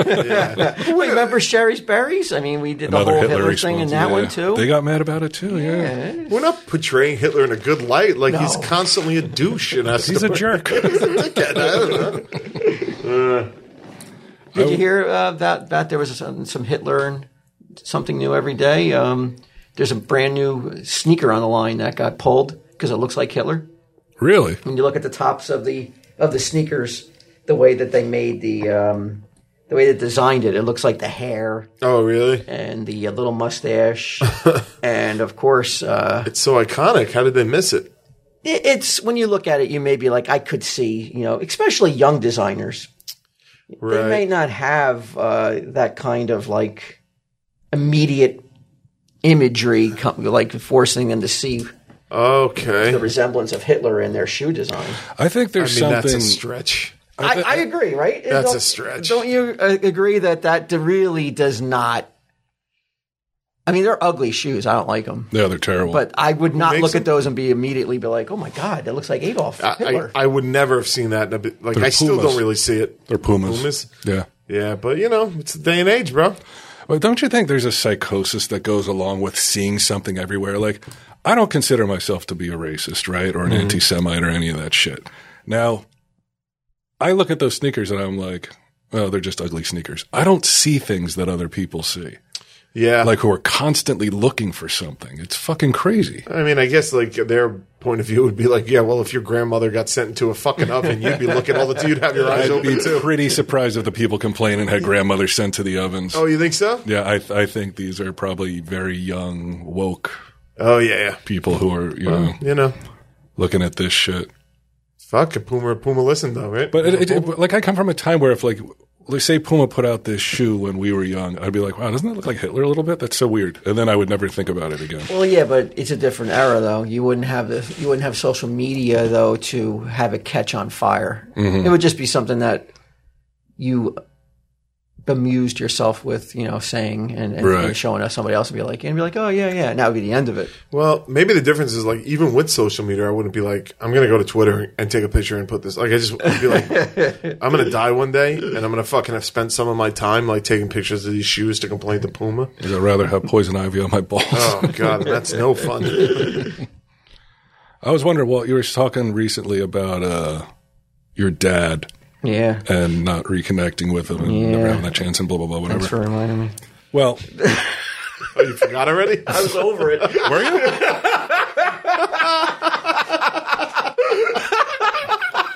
remember Sherry's Berries? I mean, we did the whole Hitler, thing in response. that Yeah. one too. They got mad about it, too. Yeah. We're not portraying Hitler in a good light. Like he's No. constantly a douche in us. He's a jerk. did you hear uh, that? That there was some, some Hitler and something new every day. Um, there's a brand new sneaker on the line that got pulled because it looks like Hitler. really? when you look at the tops of the of the sneakers, the way that they made the um, the way they designed it, it looks like the hair Oh, really? and the uh, little mustache, and of course, uh, It's so iconic. How did they miss it? it, it's when you look at it, you may be like, I could see, you know, especially young designers, they may Right. not have uh, that kind of like immediate imagery, com- like forcing them to see Okay. the resemblance of Hitler in their shoe design. I think I there's mean, that's a something. stretch. I, I agree, right? And That's a don't- stretch. Don't you uh, agree that that d- really does not? I mean, they're ugly shoes. I don't like them, yeah, they're terrible. but I would not makes look them? at those and be immediately be like, "Oh my god, that looks like Adolf I, Hitler." I, I would never have seen that. In a bit. Like They're I still Pumas. don't really see it. they're Pumas. Pumas? Yeah. Yeah, but you know, it's the day and age, bro. Well, don't you think there's a psychosis that goes along with seeing something everywhere? Like, I don't consider myself to be a racist, right? Or an anti Semite or any of that shit. Now, I look at those sneakers and I'm like, oh, they're just ugly sneakers. I don't see things that other people see, Yeah. like who are constantly looking for something. It's fucking crazy. I mean, I guess like their point of view would be like, yeah, well, if your grandmother got sent into a fucking oven, you'd be looking all the time. You'd have your eyes I'd be open too. pretty surprised if the people complaining had grandmother sent to the ovens. Oh, you think so? Yeah, I, I think these are probably very young, woke Oh yeah, yeah. people who are, you know, You know, looking at this shit. fuck a Puma, Puma, listen though, right? But it, it, it- like I come from a time where if like let's say Puma put out this shoe when we were young, I'd be like, wow, doesn't that look like Hitler a little bit? That's so weird. And then I would never think about it again. well, yeah, but it's a different era, though. You wouldn't have the you wouldn't have social media though to have it catch on fire. It would just be something that you bemused yourself with, you know, saying and, and, Right. and showing us somebody else and be like, and be like, "Oh yeah, yeah," and that would be the end of it. well, maybe the difference is like even with social media, I wouldn't be like, I'm gonna go to Twitter and take a picture and put this. Like I just I'd be like, I'm gonna die one day, and I'm gonna fucking have spent some of my time like taking pictures of these shoes to complain to Puma. I'd rather have poison ivy on my balls. Oh god, that's no fun. I was wondering, Walt, you were talking recently about uh, your dad Yeah. and not reconnecting with him and never Yeah. having that chance and blah blah blah whatever. Thanks for reminding me. Well, Oh, you forgot already? I was over it. were you?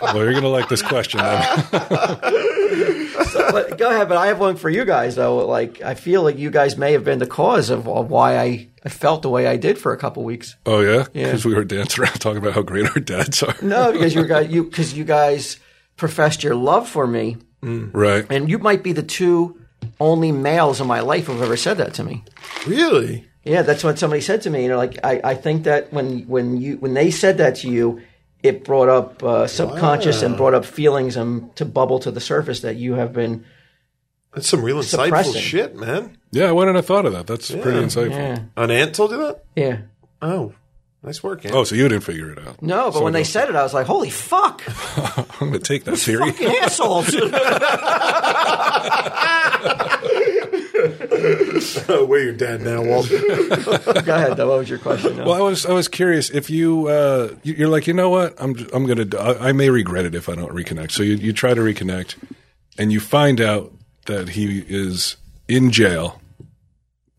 well, you're gonna like this question. Then. but go ahead. But I have one for you guys though. Like I feel like you guys may have been the cause of, of why I, I felt the way I did for a couple weeks. Oh yeah, because we were dancing around talking about how great our dads are. No, because you guys you because you guys professed your love for me, Right. and you might be the two only males in my life who've ever said that to me. Really? Yeah, that's what somebody said to me. You know, like I, I think that when when you when they said that to you, it brought up uh, subconscious and brought up feelings and to bubble to the surface that you have been. That's some real insightful Suppressing. shit, man. Yeah, I wouldn't have thought of that. That's pretty insightful. An aunt told you that? Yeah. Oh, nice work, aunt. Oh, so you didn't figure it out. No, but when they said it, I was like, "Holy fuck, I'm going to take that theory. fucking assholes!" Oh, where your dad now, Walt? Go ahead, though. What was your question? though? Well, I was I was curious if you uh, you- you're like you know what I'm j- I'm gonna d- I, I may regret it if I don't reconnect. So you you try to reconnect, and you find out that he is in jail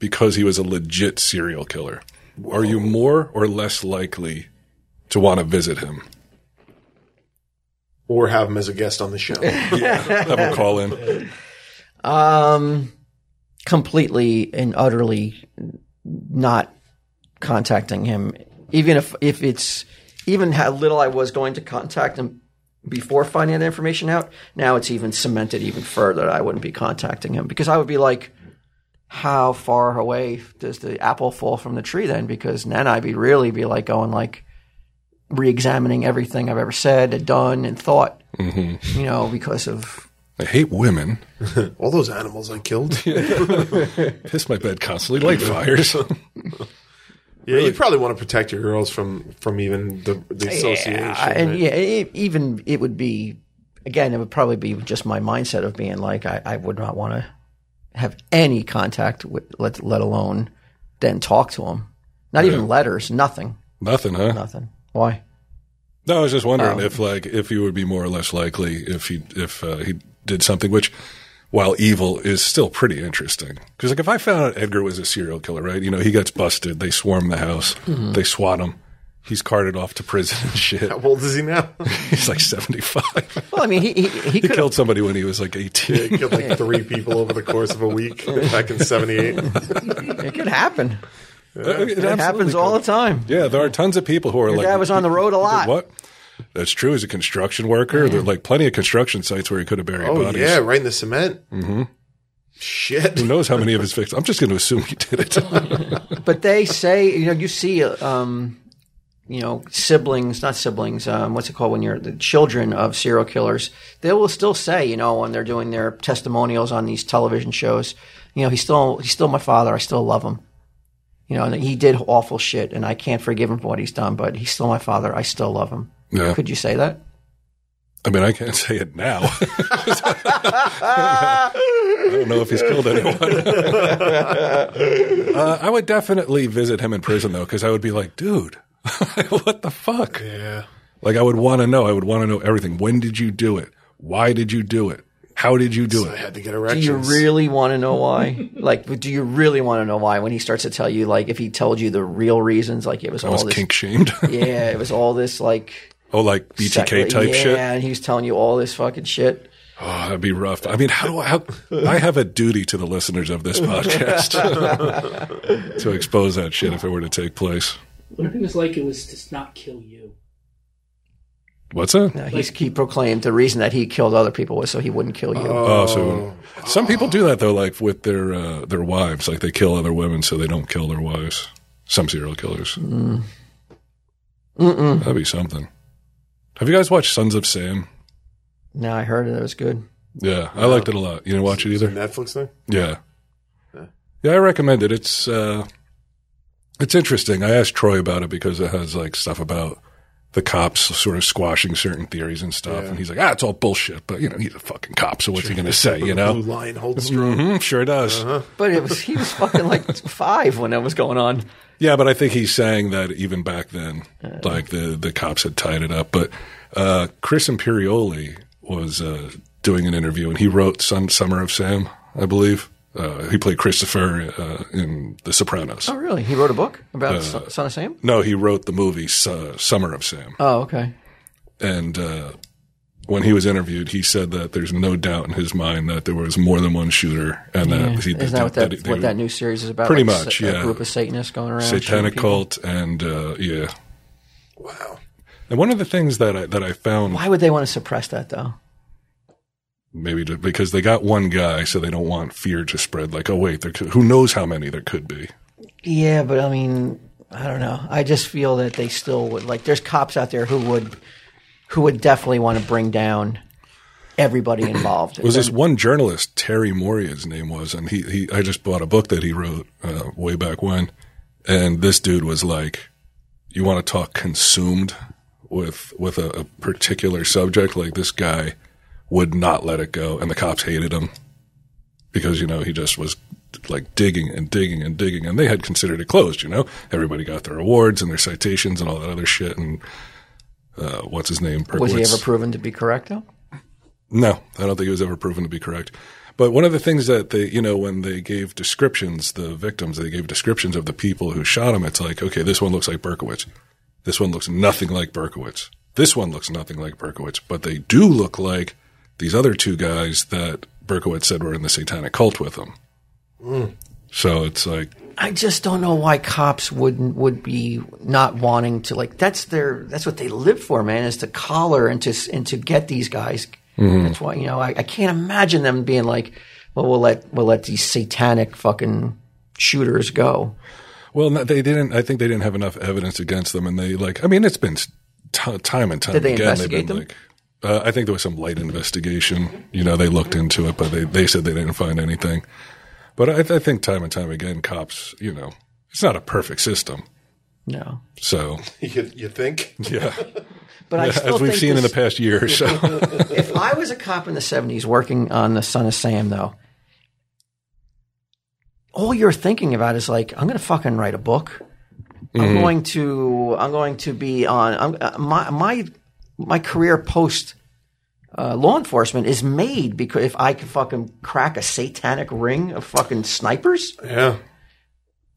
because he was a legit serial killer. Are you more or less likely to want to visit him? or have him as a guest on the show. Have him call in. Um, completely and utterly not contacting him, even if if it's even how little I was going to contact him before finding that information out. Now it's even cemented even further. that I wouldn't be contacting him because I would be like, how far away does the apple fall from the tree then? Because then I'd be really be like going like re-examining everything I've ever said and done and thought, you know, because of I hate women. All those animals I killed. Yeah, Piss my bed constantly. Light fires. you probably want to protect your girls from from even the, the association. I- and right? yeah, e- even it would be again, it would probably be just my mindset of being like, I, I would not want to have any contact with, let let alone then talk to him. Not even letters, nothing, Nothing, huh? nothing. Why? No, I was just wondering Oh. if like if you would be more or less likely if he if uh, he did something which while evil is still pretty interesting because like if I found out Edgar was a serial killer, right? You know, he gets busted, they swarm the house, Mm-hmm. they swat him, he's carted off to prison and shit. How old is he now? He's like seventy five. Well, I mean, he he, he he could killed somebody when he was like eighteen. He killed like three people over the course of a week back in '78. it could happen. it It happens all the time. Yeah, there are tons of people who are like Your dad was on the road a lot. What? That's true. He's a construction worker. There are like plenty of construction sites where he could have buried Oh bodies. yeah, right in the cement. Mm-hmm. Shit. Who knows how many of his victims? I'm just going to assume he did it. But they say, you know, you see, uh, um, you know, siblings, not siblings, um, what's it called when you're the children of serial killers, they will still say, you know, when they're doing their testimonials on these television shows, you know, he's still, he's still my father. I still love him. You know, and he did awful shit and I can't forgive him for what he's done, but he's still my father. I still love him. Yeah. Could you say that? I mean, I can't say it now. I don't know if he's killed anyone. uh, I would definitely visit him in prison, though, because I would be like, dude, what the fuck? Yeah. Like, I would want to know. I would want to know everything. When did you do it? Why did you do it? How did you do I it? had to get Do you erections. really want to know why? like, do you really want to know why when he starts to tell you, like, if he told you the real reasons, like it was I all was this. kink shamed. Yeah, it was all this, like, oh, like BTK Exactly. type yeah, shit. and he was telling you all this fucking shit. Oh, that'd be rough. I mean, how do I? How, I have a duty to the listeners of this podcast to expose that shit if it were to take place. What if it was like it was to not kill you? What's that? Now, he's, he proclaimed the reason that he killed other people was so he wouldn't kill you. Oh, so some people do that though, like with their uh, their wives, like they kill other women so they don't kill their wives. Some serial killers. That'd be something. Have you guys watched Sons of Sam? now I heard it, it was good. Yeah, I liked it a lot. You didn't watch it either? Netflix thing. Yeah, yeah, I recommend it. It's uh, it's interesting. I asked Troy about it because it has like stuff about the cops sort of squashing certain theories and stuff, and he's like, "Ah, it's all bullshit." But you know, he's a fucking cop, so what's he going to say? You Blue know? Lion Holdstrom. hmm sure does. But it was he was fucking like five when that was going on. Yeah, but I think he's saying that even back then, Uh. like the the cops had tied it up. But uh, Chris Imperioli was uh, doing an interview, and he wrote "Sun Summer of Sam," I believe. Uh, he played Christopher uh, in The Sopranos. Oh, really? He wrote a book about Uh, Son- Son of Sam. No, he wrote the movie Su- "Summer of Sam," Oh, okay. and uh, when he was interviewed, he said that there's no doubt in his mind that there was more than one shooter, and that uh, he Isn't that what that, he- they what were that new series is about? Pretty Like, much, sa- a yeah. group of Satanists going around. shooting satanic people? cult and uh, yeah. Wow. And one of the things that I, that I found Why would they want to suppress that though? Maybe to, because they got one guy, so they don't want fear to spread. Like, oh wait, there could, who knows how many there could be? Yeah, but I mean, I don't know. I just feel that they still would like. There's cops out there who would, who would definitely want to bring down everybody involved. was this one journalist, Terry Morey, his name was, and he, he I just bought a book that he wrote uh, way back when, and this dude was like, "You want to talk consumed with with a, a particular subject? Like this guy would not let it go, and the cops hated him because you know he just was like digging and digging and digging, and they had considered it closed. You know, everybody got their awards and their citations and all that other shit, and. Uh, what's his name? was he Perkowitz. ever proven to be correct though? No, I don't think it was ever proven to be correct. But one of the things that they, you know, when they gave descriptions, the victims, they gave descriptions of the people who shot him. It's like, okay, this one looks like Berkowitz. This one looks nothing like Berkowitz. This one looks nothing like Berkowitz. But they do look like these other two guys that Berkowitz said were in the satanic cult with him. So it's like, I just don't know why cops wouldn't would be not wanting to like that's their that's what they live for, man, is to collar and to s- and to get these guys. Mm-hmm. That's why you know I, I can't imagine them being like, well, we'll let we'll let these satanic fucking shooters go. well, no, they didn't, I think they didn't have enough evidence against them. And they like, I mean, it's been t- time and time Did they again. investigate them? like, Uh, I think there was some light investigation. You know, they looked into it, but they, they said they didn't find anything. But I, I think time and time again, cops, you know, it's not a perfect system. No, So, You, you think? yeah, but I still as we've think seen in this- the past year or so. if I was a cop in the 70s working on The Son of Sam, though, all you're thinking about is like, I'm going to fucking write a book. I'm going to, I'm going to be on, I'm, uh, my, my, my career post uh, law enforcement is made because if I can fucking crack a satanic ring of fucking snipers, Yeah.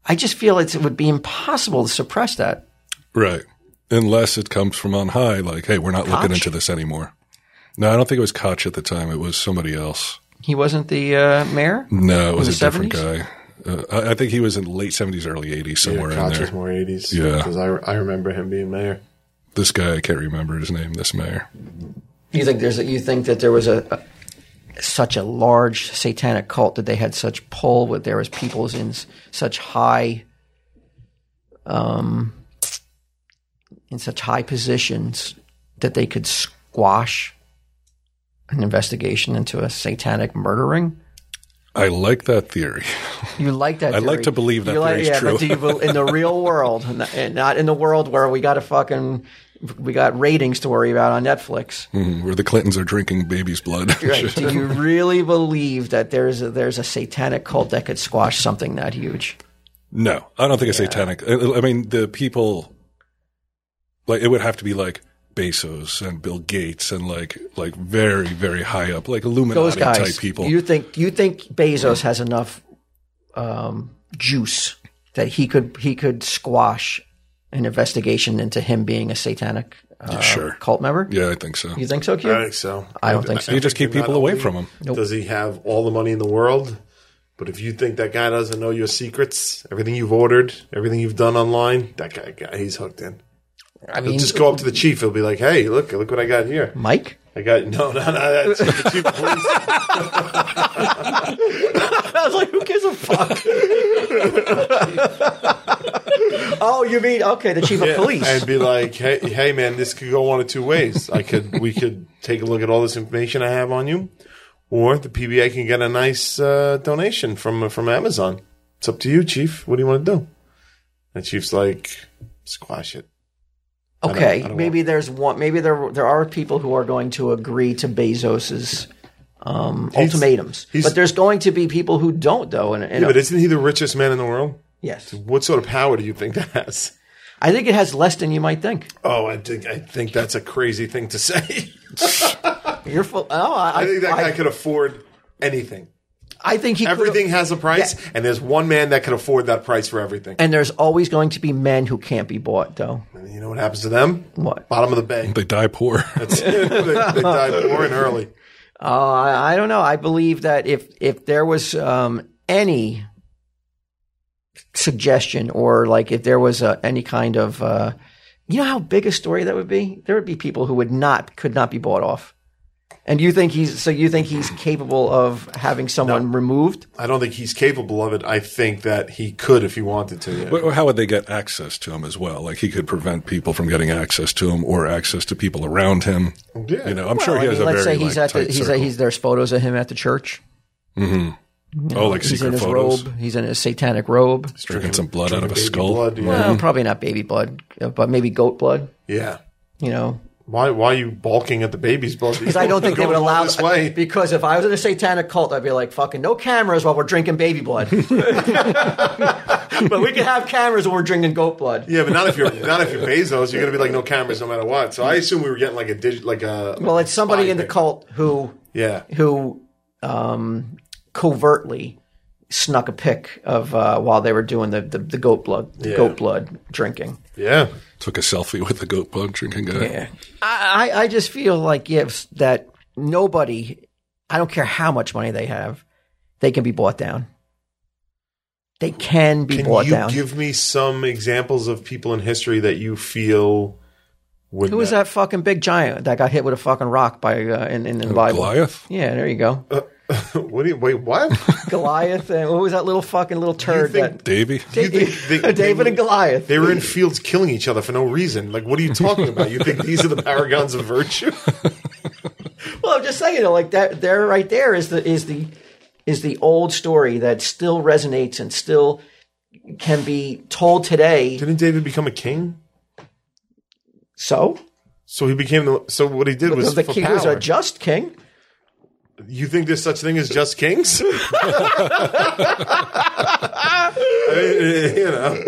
I just feel it's, it would be impossible to suppress that. right. Unless it comes from on high, like, hey, we're not looking Koch? into this anymore. No, I don't think it was Koch at the time. It was somebody else. He wasn't the uh, mayor. No, it was the a different guy. Uh, I, I think he was in late 70s, early 80s, somewhere in Koch there. was more 80s. Yeah. Because I, I remember him being mayor. This guy, I can't remember his name, this mayor. You think there's a, you think that there was a, a- such a large satanic cult that they had such pull with there was peoples in s- such high um in such high positions that they could squash an investigation into a satanic murdering. I like that theory. You like that? I'd like theory. to believe that you theory's yeah, true. But do you, bel- in the real world, and not- and not in the world where we got a fucking we got ratings to worry about on Netflix. Mm, where the Clintons are drinking baby's blood. Right. Do you really believe that there's a, there's a satanic cult that could squash something that huge? no, I don't think it's satanic. I I mean, the people, like, it would have to be like Bezos and Bill Gates and like, like very, very high up, like Illuminati Those guys, type people. you think you think Bezos has enough um, juice that he could he could squash an investigation into him being a satanic uh, Sure. cult member? yeah, Uh, I think so. You think so, Q? I think so. I don't think so. You just keep Not people away only from him. Does he have all the money in the world? But if you think that guy doesn't know your secrets, everything you've ordered, everything you've done online, that guy, guy he's hooked in. I mean, uh, Just go up to the chief. He'll be like, "Hey, look, look what I got here. Mike. I got no, no, no. That's the chief of police. I was like, who gives a fuck? oh, you mean okay, the chief of Yeah, police? and be like, hey, hey, man, this could go one of two ways. I could, we could take a look at all this information I have on you, or the PBA can get a nice uh, donation from from Amazon. It's up to you, Chief. What do you want to do? And Chief's like, squash it. don't- I Okay, don't maybe there's one. Maybe there there are people who are going to agree to Bezos's um, ultimatums, he's- but there's going to be people who don't, though. And, and- Yeah, but isn't he the richest man in the world? yes, What sort of power do you think that has? I think it has less than you might think. Oh, I think I think that's a crazy thing to say. You're full. Oh, I, I think that I, guy could afford anything. I think he could've- Everything has a price, and there's one man that could afford that price for everything. And there's always going to be men who can't be bought, though. And you know what happens to them? What? Bottom of the bank. They die poor. they, they die poor and early. Oh, I, I don't know. I believe that if if there was um, any suggestion or like if there was uh any kind of uh, you know how big a story that would be, there would be people who would not could not be bought off. And you think he's so? You think he's capable of having someone removed? I don't think he's capable of it. I think that he could if he wanted to. yeah. But how would they get access to him as well? Like he could prevent people from getting access to him or access to people around him. Yeah. You know, I'm sure I he has mean, a let's very say he's like, at the tight he's at, circle. he's there's photos of him at the church. oh, like He's in secret his photos, robe. He's in his satanic robe. drinking some blood out of a Baby skull. blood, yeah. Well, probably not baby blood, uh, but maybe goat blood. yeah. You know, Why? Why are you balking at the baby's blood? because I don't think they would allow this way. Because if I was in a satanic cult, I'd be like, "Fucking no cameras while we're drinking baby blood." but we can have cameras when we're drinking goat blood. Yeah, but not if you're not if you're Bezos. You're gonna be like no cameras no matter what. So I assume we were getting like a dig, like a Well, it's somebody spy in the thing. cult who Yeah, who um, covertly snuck a pic of uh, while they were doing the the, the goat blood the Yeah. goat blood drinking. yeah. Took a selfie with the goat blood drinking guy. I, I I just feel like yes that nobody, I don't care how much money they have, they can be bought down. They can be Can bought you down. give me some examples of people in history that you feel would? Who was that fucking big giant that got hit with a fucking rock by uh, in, in, in the Bible? Goliath. Yeah, there you go. what do you wait? What? Goliath and what was that little fucking little turd think- that Davy. You think they- David they- and Goliath? They were in fields killing each other for no reason. Like, what are you talking about? You think these are the paragons of virtue? Well, I'm just saying, like that. There, right there is the is the is the old story that still resonates and still can be told today. Didn't David become a king? So, So he became the. So what he did was the for king was power. a just king. You think there's such thing as just kings? I mean, you know,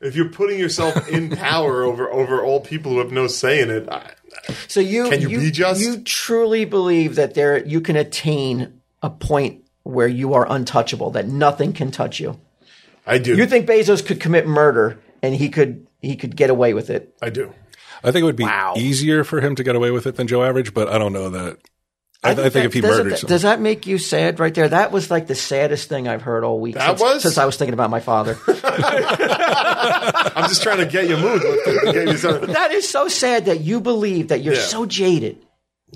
if you're putting yourself in power over over all people who have no say in it, I, So you Can you be just? You truly believe that there you can attain a point where you are untouchable, that nothing can touch you. I do. You think Bezos could commit murder and he could he could get away with it? I do. I think it would be easier for him to get away with it than Joe Average, but I don't know that. I, I think, that- if he doesn't murdered that- someone, does that make you sad right there? That was like the saddest thing I've heard all week. That since, was? since I was thinking about my father. I'm just trying to get your mood. lifted. I gave you something. that is so sad that you believe that you're Yeah. so jaded.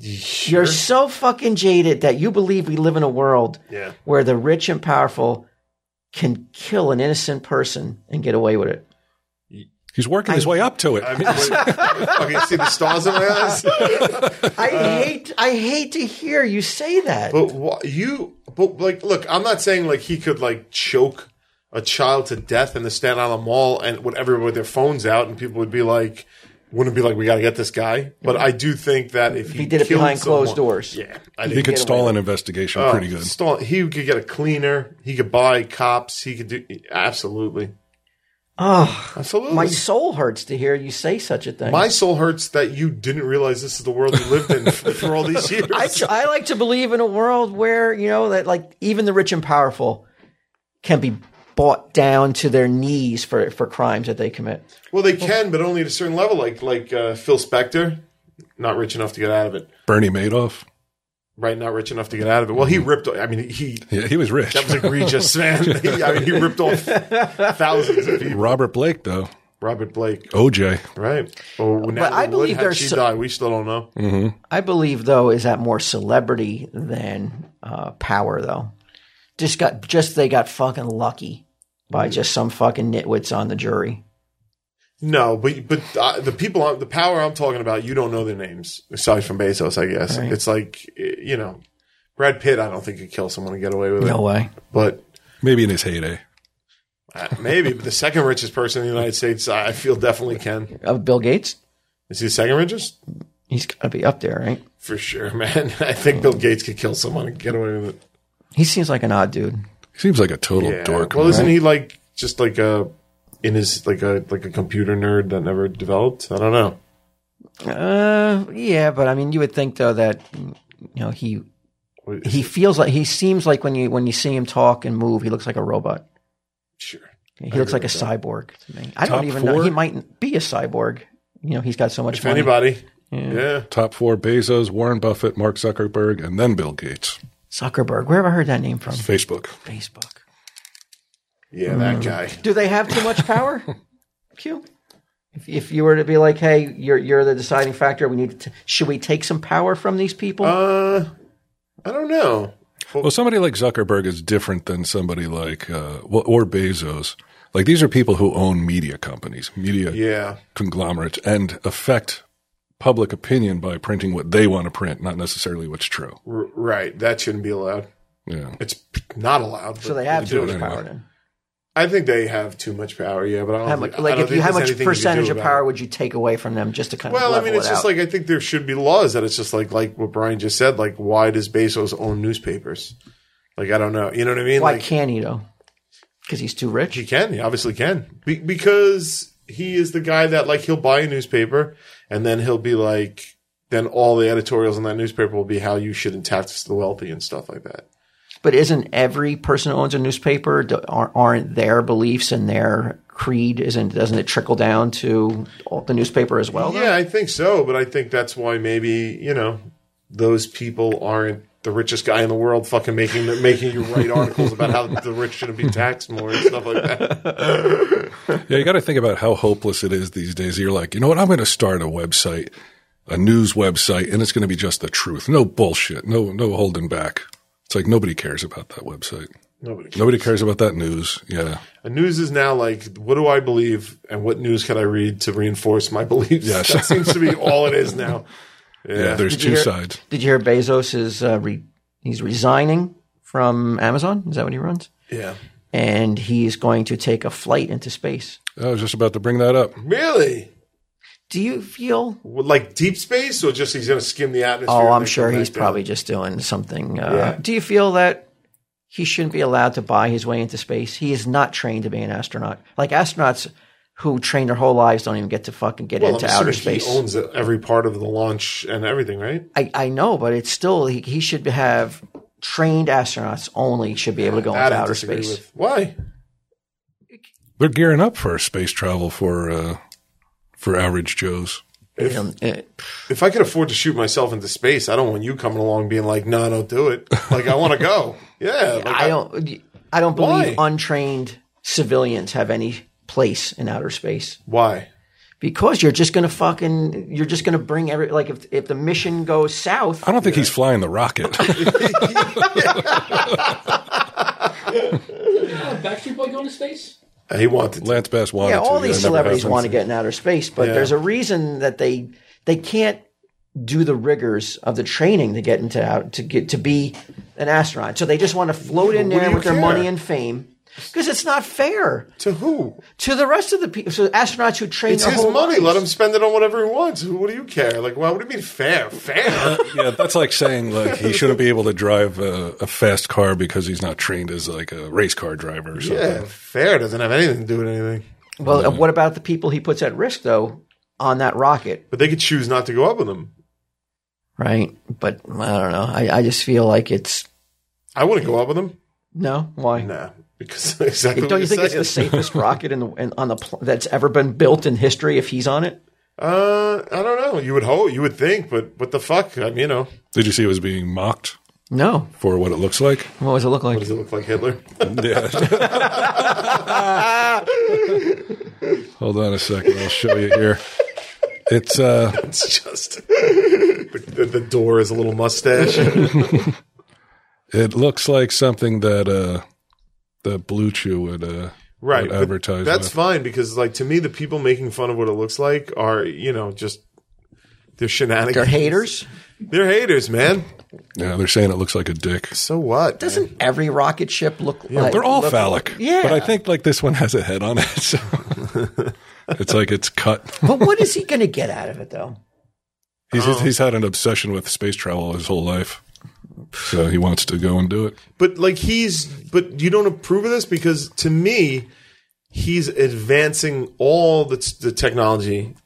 You're so fucking jaded that you believe we live in a world Yeah. where the rich and powerful can kill an innocent person and get away with it. he's working his way up to it. I mean, what- okay, see the stars in my eyes. I Uh, hate I hate to hear you say that. But wh- you, but like, look, I'm not saying like he could like choke a child to death in the Staten Island Mall and whatever with their phones out, and people would be like, wouldn't be like, we got to get this guy. But I do think that if, he did it killed behind closed someone- doors. yeah, I he think could stall an investigation Oh. pretty good. Stall, he could get a cleaner. He could buy cops. He could do absolutely, Oh, absolutely. my My, soul hurts to hear you say such a thing. soul hurts that you didn't realize this is the world you lived in for, for all these years. I, tr- I like to believe in a world where you know that like even the rich and powerful can be bought down to their knees for for crimes that they commit. well, they can, but only at a certain level. Like like uh, Phil Spector, not rich enough to get out of it. Bernie Madoff. right not rich enough to get out of it well he Mm-hmm. ripped i mean he Yeah, he was rich. that was egregious man He- i mean he ripped off thousands of people Robert Blake, though. robert blake OJ. right oh now I believe had there's she so- Mm-hmm. died we still don't know I believe though is that more celebrity than uh, power though. Just got just they got fucking lucky by just some fucking nitwits on the jury. no but but uh, the people on the power i'm talking about you don't know their names aside from bezos i guess it's like eh, you know brad pitt i don't think could kill someone and get away with it way. but Maybe in his heyday. uh, maybe but the second richest person in the united states i I feel definitely can Of Uh, Bill Gates, is he the second richest he's got to be up there, right? for sure man i think bill gates could kill someone and get away with it He seems like an odd dude. He seems like a total Yeah. dork. Well, isn't he like just like a in his like a like a computer nerd that never developed? I don't know. Uh, yeah, but I mean, you would think though that you know he What- he feels like he seems like when you when you see him talk and move, he looks like a robot. Sure. He looks like a cyborg to me. I Top don't even know. four? He might be a cyborg. You know, he's got so much If money. anybody, yeah. Top four Bezos, Warren Buffett, Mark Zuckerberg, and then Bill Gates. Zuckerberg. Where have I heard that name from? Facebook. Facebook. yeah, that guy. Do they have too much power? Q. If, if you were to be like, hey, you're you're the deciding factor. We need to, should we take some power from these people? Uh, I don't know. Well, somebody like Zuckerberg is different than somebody like uh, well, or Bezos. Like these are people who own media companies, media Yeah. conglomerates, and affect public opinion by printing what they want to print, not necessarily what's true. R- right. That shouldn't be allowed. Yeah. It's p- not allowed. so but they have do too it much anyway. power. Then. I think they have too much power. Yeah, but I don't. How think, much, I like don't if think you, how there's much anything we can percentage do of about power it. would you take away from them just to kind of Well, I level mean, it's it just out? like I think there should be laws that it's just like like what Brian just said. Like, why does Bezos own newspapers? Like, I don't know. You know what I mean? why like, can't he though? Because he's too rich. He can. He obviously can. Be- because he is the guy that like he'll buy a newspaper and then he'll be like, then all the editorials in that newspaper will be how you shouldn't tax the wealthy and stuff like that. But isn't every person who owns a newspaper do- aren't aren't their beliefs and their creed isn't doesn't it trickle down to all the newspaper as well? though? Yeah, I think so. But I think that's why maybe you know those people aren't the richest guy in the world fucking making the, making you write articles about how the rich shouldn't be taxed more and stuff like that. Yeah, you got to think about how hopeless it is these days. You're like, you know what? I'm going to start a website, a news website, and it's going to be just the truth. No bullshit. No, no holding back. It's like nobody cares about that website. Nobody. Nobody cares about that news. Yeah. The news is now like, what do I believe, and what news can I read to reinforce my beliefs? That seems to be all it is now. Yeah. there's Did you two hear- sides. Did you hear Bezos is uh, re- he's resigning from Amazon? Is that what he runs? Yeah. And he's going to take a flight into space. I was just about to bring that up. Really? Do you feel? Well, Like deep space, or just he's going to skim the atmosphere? Oh, and I'm then sure come he's back down? probably just doing something. Uh, Yeah. Do you feel that he shouldn't be allowed to buy his way into space? He is not trained to be an astronaut. Like astronauts who train their whole lives don't even get to fucking get Well, I'm into outer assuming space. He owns every part of the launch and everything, right? I, I know, but it's still he, he should have trained astronauts only should be able to go That into I outer disagree space. with. Why? They're gearing up for space travel for uh, for average Joes. Um, eh, If I could afford to shoot myself into space, I don't want you coming along being like, "No, don't do it." Like I want to go. Yeah. like, I don't. I don't believe Why? untrained civilians have any place in outer space Why? because you're just gonna fucking you're just gonna bring every like if if the mission goes south. I don't think he's flying the rocket. Uh, Backstreet Boy going to space? He wanted. To. Lance Bass wanted Yeah, all to. these it never celebrities happened. want to get in outer space, but there's a reason that they they can't do the rigors of the training to get into out to get to be an astronaut. So they just want to float in there you with their care? money and fame because it's not fair To who? to the rest of the people. So astronauts who train It's their his whole money. lives- Let him spend it on whatever he wants. Who? What do you care? Like, why? What do you mean fair? Fair? yeah, that's like saying like he shouldn't be able to drive a, a fast car because he's not trained as like a race car driver or something. yeah, fair doesn't have anything to do with anything. Well, what about the people he puts at risk though on that rocket, But they could choose not to go up with him. right? But I don't know. I, I just feel like it's I wouldn't go up with him. no. Why? Nah, because exactly. Don't you think it's saying. the safest rocket in the in, on the pl- that's ever been built in history? If he's on it, Uh, I don't know. You would hope, you would think, but what the fuck? I mean, you know, Did you see it was being mocked no. for what it looks like? What does it look like? does it look like Hitler? Yeah. Hold on a second. I'll show you here. It's uh it's just the, the door is a little mustache. it looks like something that uh the blue chew would uh right? would but advertise That's with. fine because, like, to me, the people making fun of what it looks like are, you know, just they're shenanigans. They're haters. They're haters, man. Yeah, they're saying it looks like a dick. So what? Doesn't every rocket ship look like? They're all look- phallic. Yeah. But I think like this one has a head on it, so it's like it's cut. But what is he going to get out of it though? He's Oh. he's had an obsession with space travel his whole life. So he wants to go and do it. But like he's but you don't approve of this because to me he's advancing all the, the technology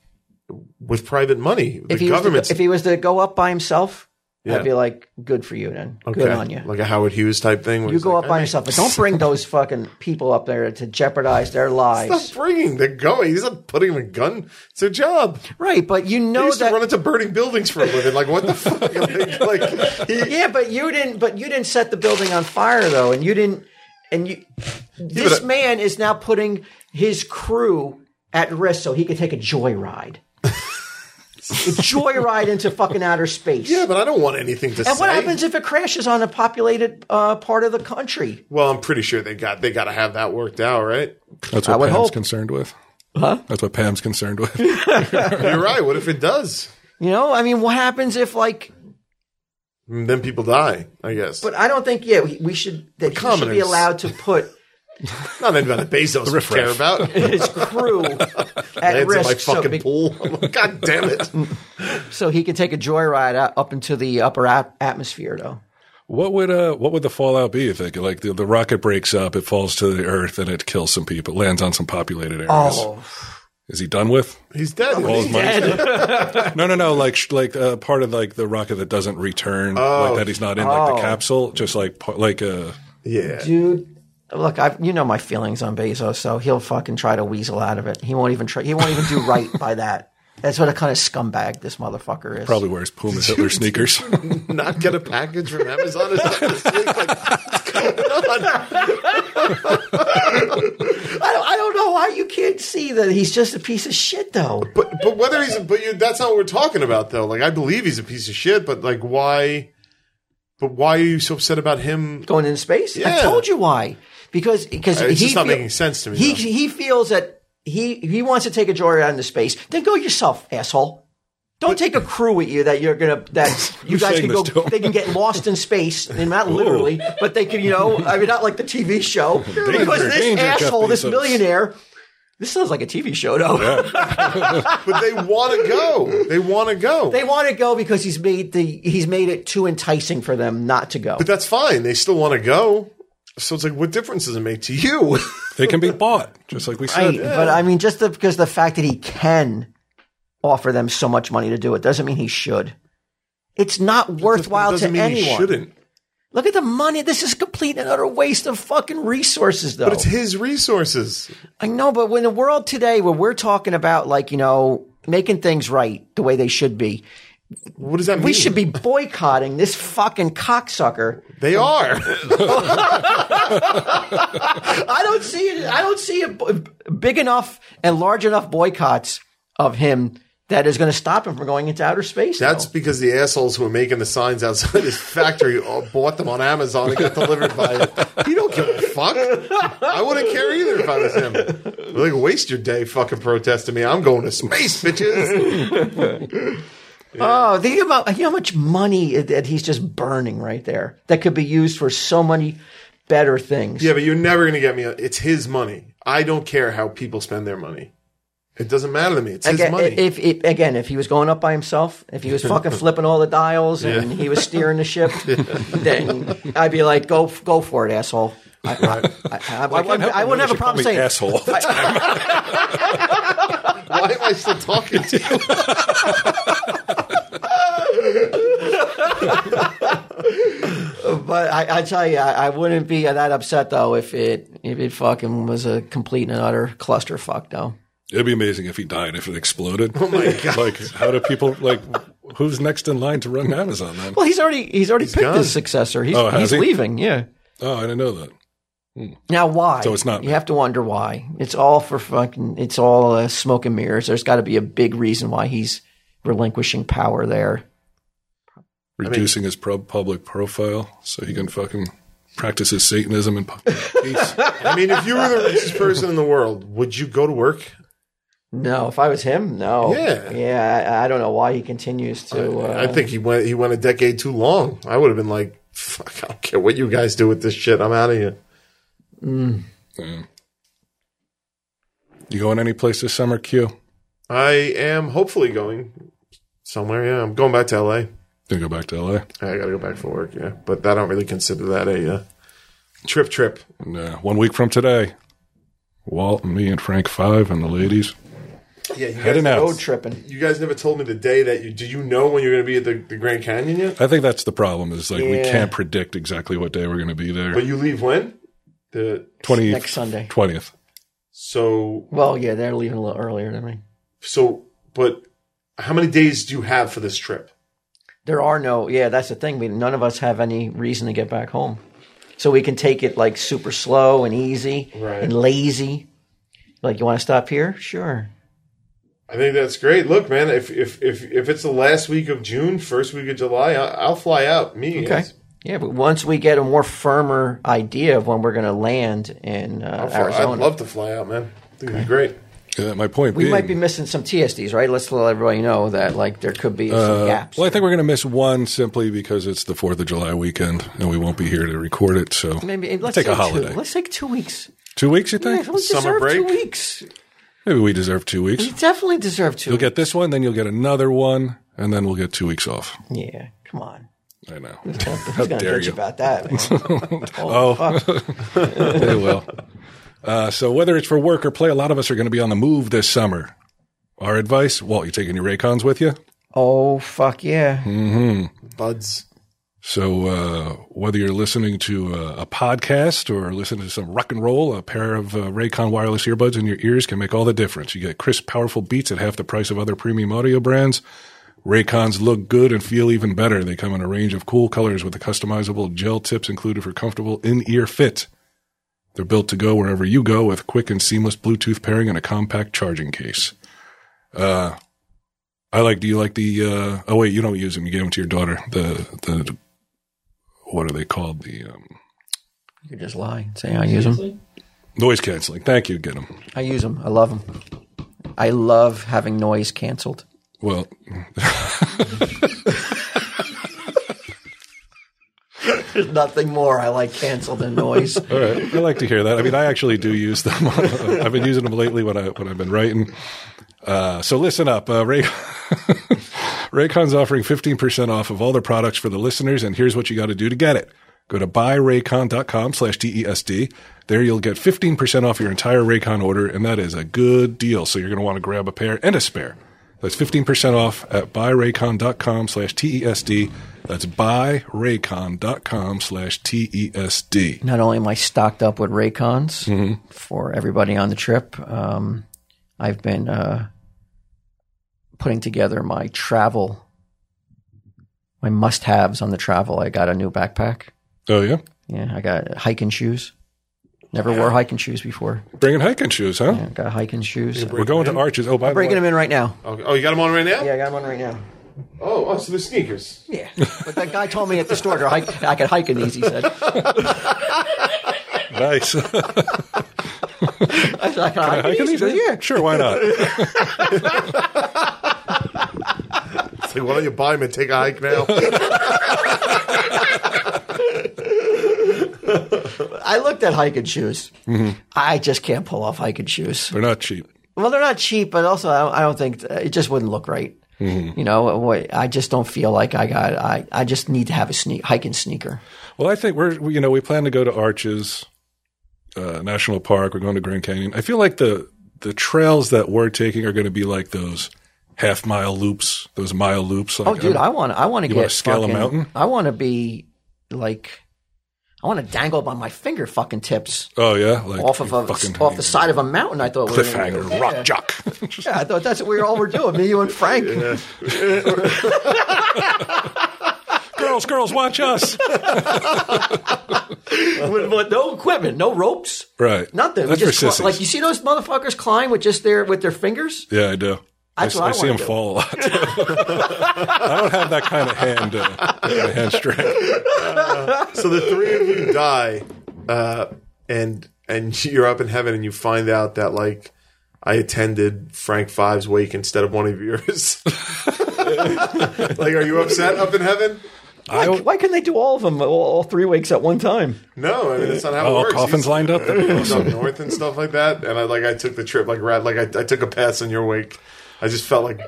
with private money. The If he, was to, government's if he was to go up by himself, Yeah. I'd be like, good for you, then. Good Okay. on you. Like a Howard Hughes type thing. where you he's go like, up by "I yourself, but don't bring those fucking people up there to jeopardize their mean, lives. Stop bringing. They're going. He's not putting him in a gun. It's their job. Right, but you He know used to run that. into burning buildings for a living. Like what the fuck? Like, like, he, Yeah, but you didn't. But you didn't set the building on fire though, and you didn't. And you, this I- man is now putting his crew at risk so he could take a joyride. a joyride into fucking outer space. Yeah, but I don't want anything to say. and what happens if it crashes on a populated uh, part of the country? Well, I'm pretty sure they got they got to have that worked out, right? That's I what would Pam's hope. concerned with. That's what Pam's concerned with. You're right. What if it does? You know, I mean, what happens if like? And then people die. I guess. But I don't think yeah, we, we should that he should be Commoners. allowed to put not that about the Bezos would care riffraff. about. his crew at It's in risk my so, fucking be- pool. God damn it! so he could take a joyride out, up into the upper at- atmosphere though. What would uh what would the fallout be? You think like the, the rocket breaks up, it falls to the earth, and it kills some people, lands on some populated areas. Oh, Is he done with? He's dead. All his money's dead. no, no, no. Like sh- like uh, part of like the rocket that doesn't return, Oh. like that he's not in like the capsule, just like pa- like uh yeah. dude. Look, I've, you know my feelings on Bezos, so he'll fucking try to weasel out of it. He won't even try. He won't even do right by that. That's what a kind of scumbag this motherfucker is. probably wears Puma Hitler sneakers. not get a package from Amazon or something this week? Like, what's going on? I don't, I don't know why you can't see that he's just a piece of shit though. But but whether he's but you, that's not what we're talking about though. Like I believe he's a piece of shit, but like why? But why are you so upset about him? going into space. I Yeah. told you why. Because because Uh, it's he just not making sense to me, He though. he feels that he he wants to take a joyride into space. Then go yourself, asshole. Don't take a crew with you that you're gonna that you Who's guys saying can go. this to him? They can get lost in space, and not literally, but they can you know. I mean, not like the TV show because this danger, Jeff asshole, this Bezos. millionaire. This sounds like a TV show, though. But they want to go. They want to go. They want to go because he's made the he's made it too enticing for them not to go. but that's fine. They still want to go. So it's like, what difference does it make to you? they can be bought, just like we said. Right, but I mean, just the, because the fact that he can offer them so much money to do it doesn't mean he should. It's not worthwhile to doesn't mean anyone. He shouldn't. Look at the money. This is complete and utter waste of fucking resources, though. But it's his resources. I know, but when the world today, where we're talking about like you know making things right the way they should be, What does that mean? we should be boycotting this fucking cocksucker. They are. I don't see it. I don't see a b- big enough and large enough boycotts of him that is going to stop him from going into outer space. though. That's because the assholes who are making the signs outside his factory all bought them on Amazon and got delivered by it. He don't give a fuck. I wouldn't care either if I was him. Like, waste your day fucking protesting me. I'm going to space, bitches. Oh, think about you know how much money that he's just burning right there that could be used for so many better things. Yeah, but you're never going to get me. It's his money. I don't care how people spend their money. It doesn't matter to me. It's his Again, money. If, if again, if he was going up by himself, if he was fucking flipping all the dials and he was steering the ship, then I'd be like, "Go, go for it, asshole." I, I, I, I, I wouldn't, I wouldn't have a problem saying. asshole. Why am I still talking to you? But I, I tell you, I, I wouldn't be that upset though if it if it fucking was a complete and utter clusterfuck though. It'd be amazing if he died if it exploded. Oh my god! Like, how do people like? Who's next in line to run Amazon? Then? Well, he's already he's already picked gone. his successor. He's, Oh, has he's he? leaving. Yeah. Oh, I didn't know that. Now, why? So it's not- You have to wonder why. It's all for fucking. It's all uh, smoke and mirrors. There's got to be a big reason why he's relinquishing power there. reducing his pro- public profile so he can fucking practice his Satanism in pu- peace. I mean, if you were the richest person in the world, would you go to work? No, if I was him, no. Yeah. yeah. I, I don't know why he continues to. Uh, I think he went he went a decade too long. I would have been like, fuck, I don't care what you guys do with this shit. I'm out of here. Yeah. Mm. You going any place this summer, Q? I am hopefully going somewhere. Yeah, I'm going back to LA. Gonna go back to LA? I got to go back for work. Yeah, but I don't really consider that a uh, trip. Trip. No. uh, One week from today. Walt and me and Frank Five and the ladies Yeah, you guys, heading road out. tripping. you guys never told me the day that you. Do you know when you're going to be at the, the Grand Canyon yet? I think that's the problem is like we Yeah. can't predict exactly what day we're gonna be But there. you leave when? The Twenty Next Sunday. Twentieth. so Well, yeah, they're leaving a little earlier than me. so. But how many days do you have for this trip? There are no. Yeah, that's the thing. We none of us have any reason to get back home, so we can take it like super slow and easy Right. and lazy. Like, you want to stop here? Sure. I think that's great. Look, man, if if if, if it's the last week of June, first week of July, I'll, I'll fly out. Me, Okay. Yeah, but once we get a more firmer idea of when we're going to land in uh, I'll fly- Arizona, Oh, I'd love to fly out, man. I think it'd be great. Uh, my point we being, might be missing some TSDs, right? Let's let everybody know that like there could be some gaps. well, I think we're going to miss one simply because it's the Fourth of July weekend and we won't be here to record it. So Maybe and let's take a say holiday. Two, let's take two weeks. two weeks, you Yeah, think? we Summer deserve two break? weeks. Maybe we deserve two weeks. We definitely deserve 2 You'll get this one, then you'll get another one, and then we'll get two weeks off. yeah, come on. I know. Who's going to dare bitch you. about that? man? they will. Oh. Uh, so whether it's for work or play, a lot of us are going to be on the move this summer. Our advice, Walt, you taking your Raycons with you? oh fuck yeah! Buds. So uh, whether you're listening to a, a podcast or listening to some rock and roll, a pair of uh, Raycon wireless earbuds in your ears can make all the difference. You get crisp, powerful beats at half the price of other premium audio brands. Raycons look good and feel even better. They come in a range of cool colors with the customizable gel tips included for comfortable in-ear fit. They're built to go wherever you go with quick and seamless Bluetooth pairing and a compact charging case. Uh, I like. Do you like the? Uh, oh wait, you don't use them. You gave them to your daughter. The the what are they called? The um, You could just lie and say I use them. noise canceling. Thank you. Get them. I use them. I love them. I love having noise canceled. Well, There's nothing more I like canceled than noise. all right. I like to hear that. I mean, I actually do use them. I've been using them lately when I when I've been writing. Uh, so listen up, uh, Ray. Raycon's offering 15% off of all their products for the listeners, and here's what you got to do to get it. Go to buyraycon.com slash DESD. There you'll get 15% off your entire Raycon order, and that is a good deal. So you're going to want to grab a pair and a spare. That's 15% off at buyraycon.com slash TESD. That's buyraycon.com slash E TESD. Not only am I stocked up with Raycons for everybody on the trip, um, I've been uh, putting together my travel, my must-haves on the travel. I got a new backpack. Oh, yeah? Yeah, I got hiking shoes. Never wore hiking shoes before. Bringing hiking shoes, huh? I got hiking shoes. We're going to Arches. Oh, by the way. Breaking them in right now. Okay. Oh, you got them on right now? Yeah, I got one right now. Oh, oh, so the sneakers. Yeah, but that guy told me at the store to hike, I could hike in these. He said, Nice. Can "I said, I can I hike hike in these? Yeah, Sure, why not? It's like, why don't you buy them and take a hike now? I looked at hiking shoes. I just can't pull off hiking shoes. They're not cheap. Well, they're not cheap, but also I don't, I don't think it just wouldn't look right. Mm-hmm. You know, what- I just don't feel like I got. I, I just need to have a sneak hiking sneaker. Well, I think we're we- you know we plan to go to Arches uh, National Park. We're going to Grand Canyon. I feel like the the trails that we're taking are going to be like those half mile loops, those mile loops. Like, um, Oh, dude, I want. I want to You wanna get scale a fucking- mountain? I want to be like. I want to dangle by my finger fucking tips oh yeah, like off of you a, fucking- off the side of a mountain. I thought we were gonna cliffhanger, do. Yeah. rock jock. Yeah, I thought that's what we were all were doing. Me, you, and Frank. girls, girls, watch us. with, with no equipment, no ropes, Right, nothing. We That's for just cli- sissies. like you see those motherfuckers climb with just their with their fingers. yeah, I do. That's I, what I see wanna them do. fall a lot. I don't have that kind of hand, uh, kind of hand strength. so the three of you die, uh, and and you're up in heaven, and you find out that like I attended Frank Five's wake instead of one of yours. like, are you upset up in heaven? Why, why couldn't they do all of them, all, all three wakes at one time? No, I mean that's not how it Oh, works. coffins He's- lined up. That'd be he's up north and stuff like that, and I like I took the trip like rad, like I, I took a pass on your wake. I just felt like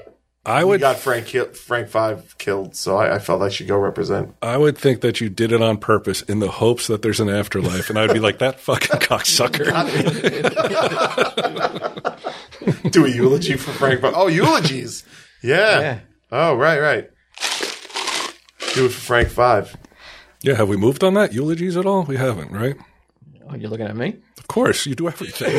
I we would got Frank ki- Frank Five killed, so I, I felt I should go represent. I would think that you did it on purpose in the hopes that there's an afterlife, and I'd be like, that fucking cocksucker. Do a eulogy for Frank Five. Oh, eulogies. Yeah. Yeah. Oh, right, right. Do it for Frank Five. yeah, have we moved on that? Eulogies at all? We haven't, right? Oh, you're looking at me. Of course, you do everything.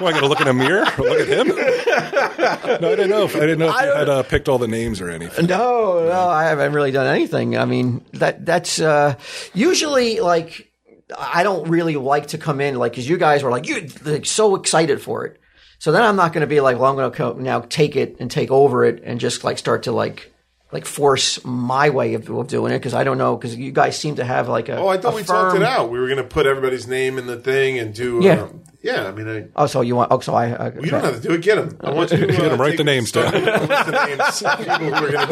Well, I got to look in a mirror or look at him? No, I didn't know if, I didn't know if you had uh, picked all the names or anything. No, no, I haven't really done anything. I mean, that that's uh, usually like I don't really like to come in like because you guys were like you like so excited for it. So then I'm not going to be like, well, I'm going to co- now take it and take over it and just like start to like like force my way of, of doing it because I don't know because you guys seem to have like a Oh, I thought a we talked it firm- out. We were going to put everybody's name in the thing and do. Yeah. um, yeah. I mean, I, Oh, so you want? Oh, so I. Uh, you don't have to do it. Get them. I want you to uh, Get 'em, write the names down. Write the names. of People who are going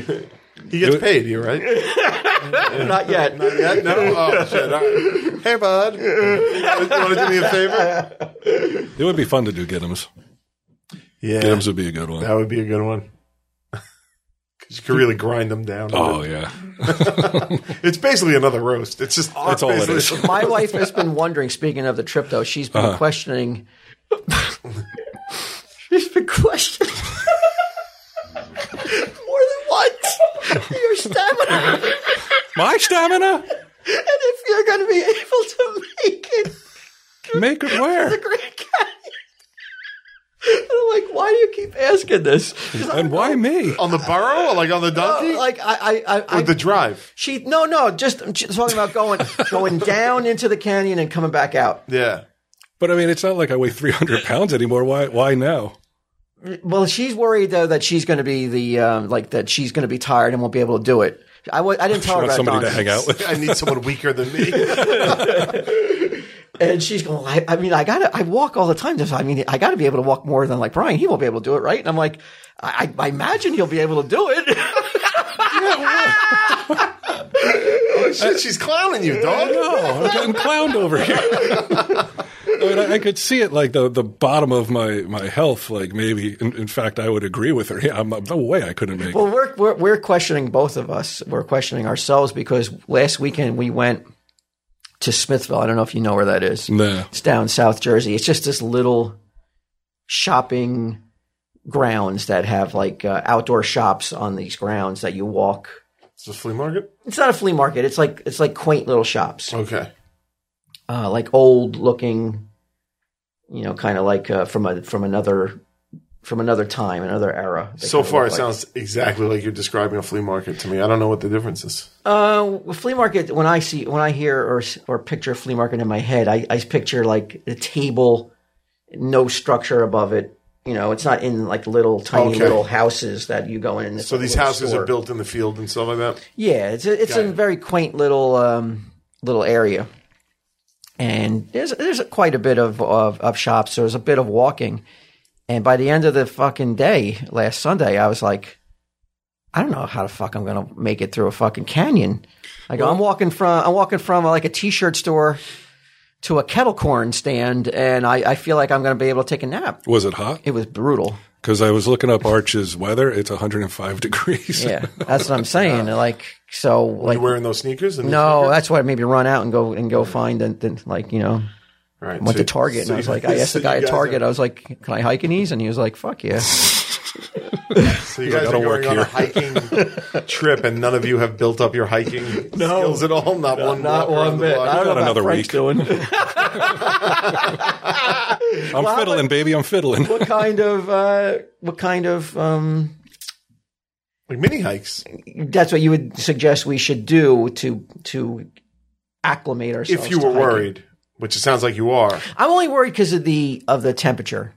to do this. he gets paid. You're right. not yet. Yeah, no. Oh, shit. All right. Hey, bud. You want to do me a favor? It would be fun to do Giddums. Yeah. Giddums would be a good That one. would be a good one. Because you could really grind them down. Oh yeah, It's basically another roast. It's just That's all it basically- is. My wife has been wondering. Speaking of the trip, though, she's been questioning. she's been questioning more than once your stamina and my stamina. if you're going to be able to make it Make it where? the Grand Canyon. And I'm like, why do you keep asking this? 'Cause I'm And why me? on the burrow, like on the donkey, like I, I, I, I or the drive. she no no just I'm just talking about going going down into the canyon and coming back out. Yeah. But I mean, it's not like I weigh 300 pounds anymore. Why? Why now? Well, she's worried though that she's going to be the um, like that she's going to be tired and won't be able to do it. I w- I didn't tell her Want about somebody to donkeys. hang out with? I need someone weaker than me. and she's going. I, I mean, I got to. I walk all the time. So, I mean, I got to be able to walk more than like Brian. He won't be able to do it, right? And I'm like, I, I I imagine he'll be able to do it. oh, shit, she's clowning you, dog. No, Oh, I'm getting clowned over here. I, mean, I, I could see it like the, the bottom of my, my health. Like maybe, in, in fact, I would agree with her. Yeah, I'm, no way I couldn't make. it. Well, we're, we're we're questioning both of us. We're questioning ourselves because last weekend we went to Smithville. I don't know if you know where that is. Nah. It's down South Jersey. It's just this little shopping grounds that have like uh, outdoor shops on these grounds that you walk. It's a flea market. It's not a flea market. It's like it's like quaint little shops, Okay. uh, like old looking, you know, kind of like uh, from a from another from another time, another era. They So kinda far, look it like. sounds exactly like you're describing a flea market to me. I don't know what the difference is. Uh, flea market. When I see, when I hear or or picture flea market in my head, I, I picture like a table, no structure above it. You know, it's not in like little tiny Okay. little houses that you go in. and it's So like a these little houses store. are built in the field and stuff like that. Yeah, it's a, it's Got a it. very quaint little um, little area, and there's there's quite a bit of, of of shops. There's a bit of walking, and by the end of the fucking day last Sunday, I was like, I don't know how the fuck I'm gonna make it through a fucking canyon. Like I'm walking from I'm walking from uh, like a t-shirt store to a kettle corn stand, and I, I feel like I'm gonna be able to take a nap. Was it hot? It was brutal. Because I was looking up Arch's weather. It's 105 degrees. Yeah, that's what I'm saying. Like so, like You're wearing those sneakers? And No, that's why maybe run out and go and go find and, then like you know Right. went to so- Target and so I was you- like I asked so the guy you at guys Target Are, I was like can I hike in these and he was like fuck yeah so you guys are "I don't going work on here." a hiking trip, and none of you have built up your hiking skills at all. Not one. walk around the block. know about another Frank's week. doing I'm fiddling, baby. I'm fiddling. what kind of uh, what kind of um, Like mini hikes. that's what you would suggest we should do to to acclimate ourselves If you to were hiking. worried, which it sounds like you are. I'm only worried because of the of the temperature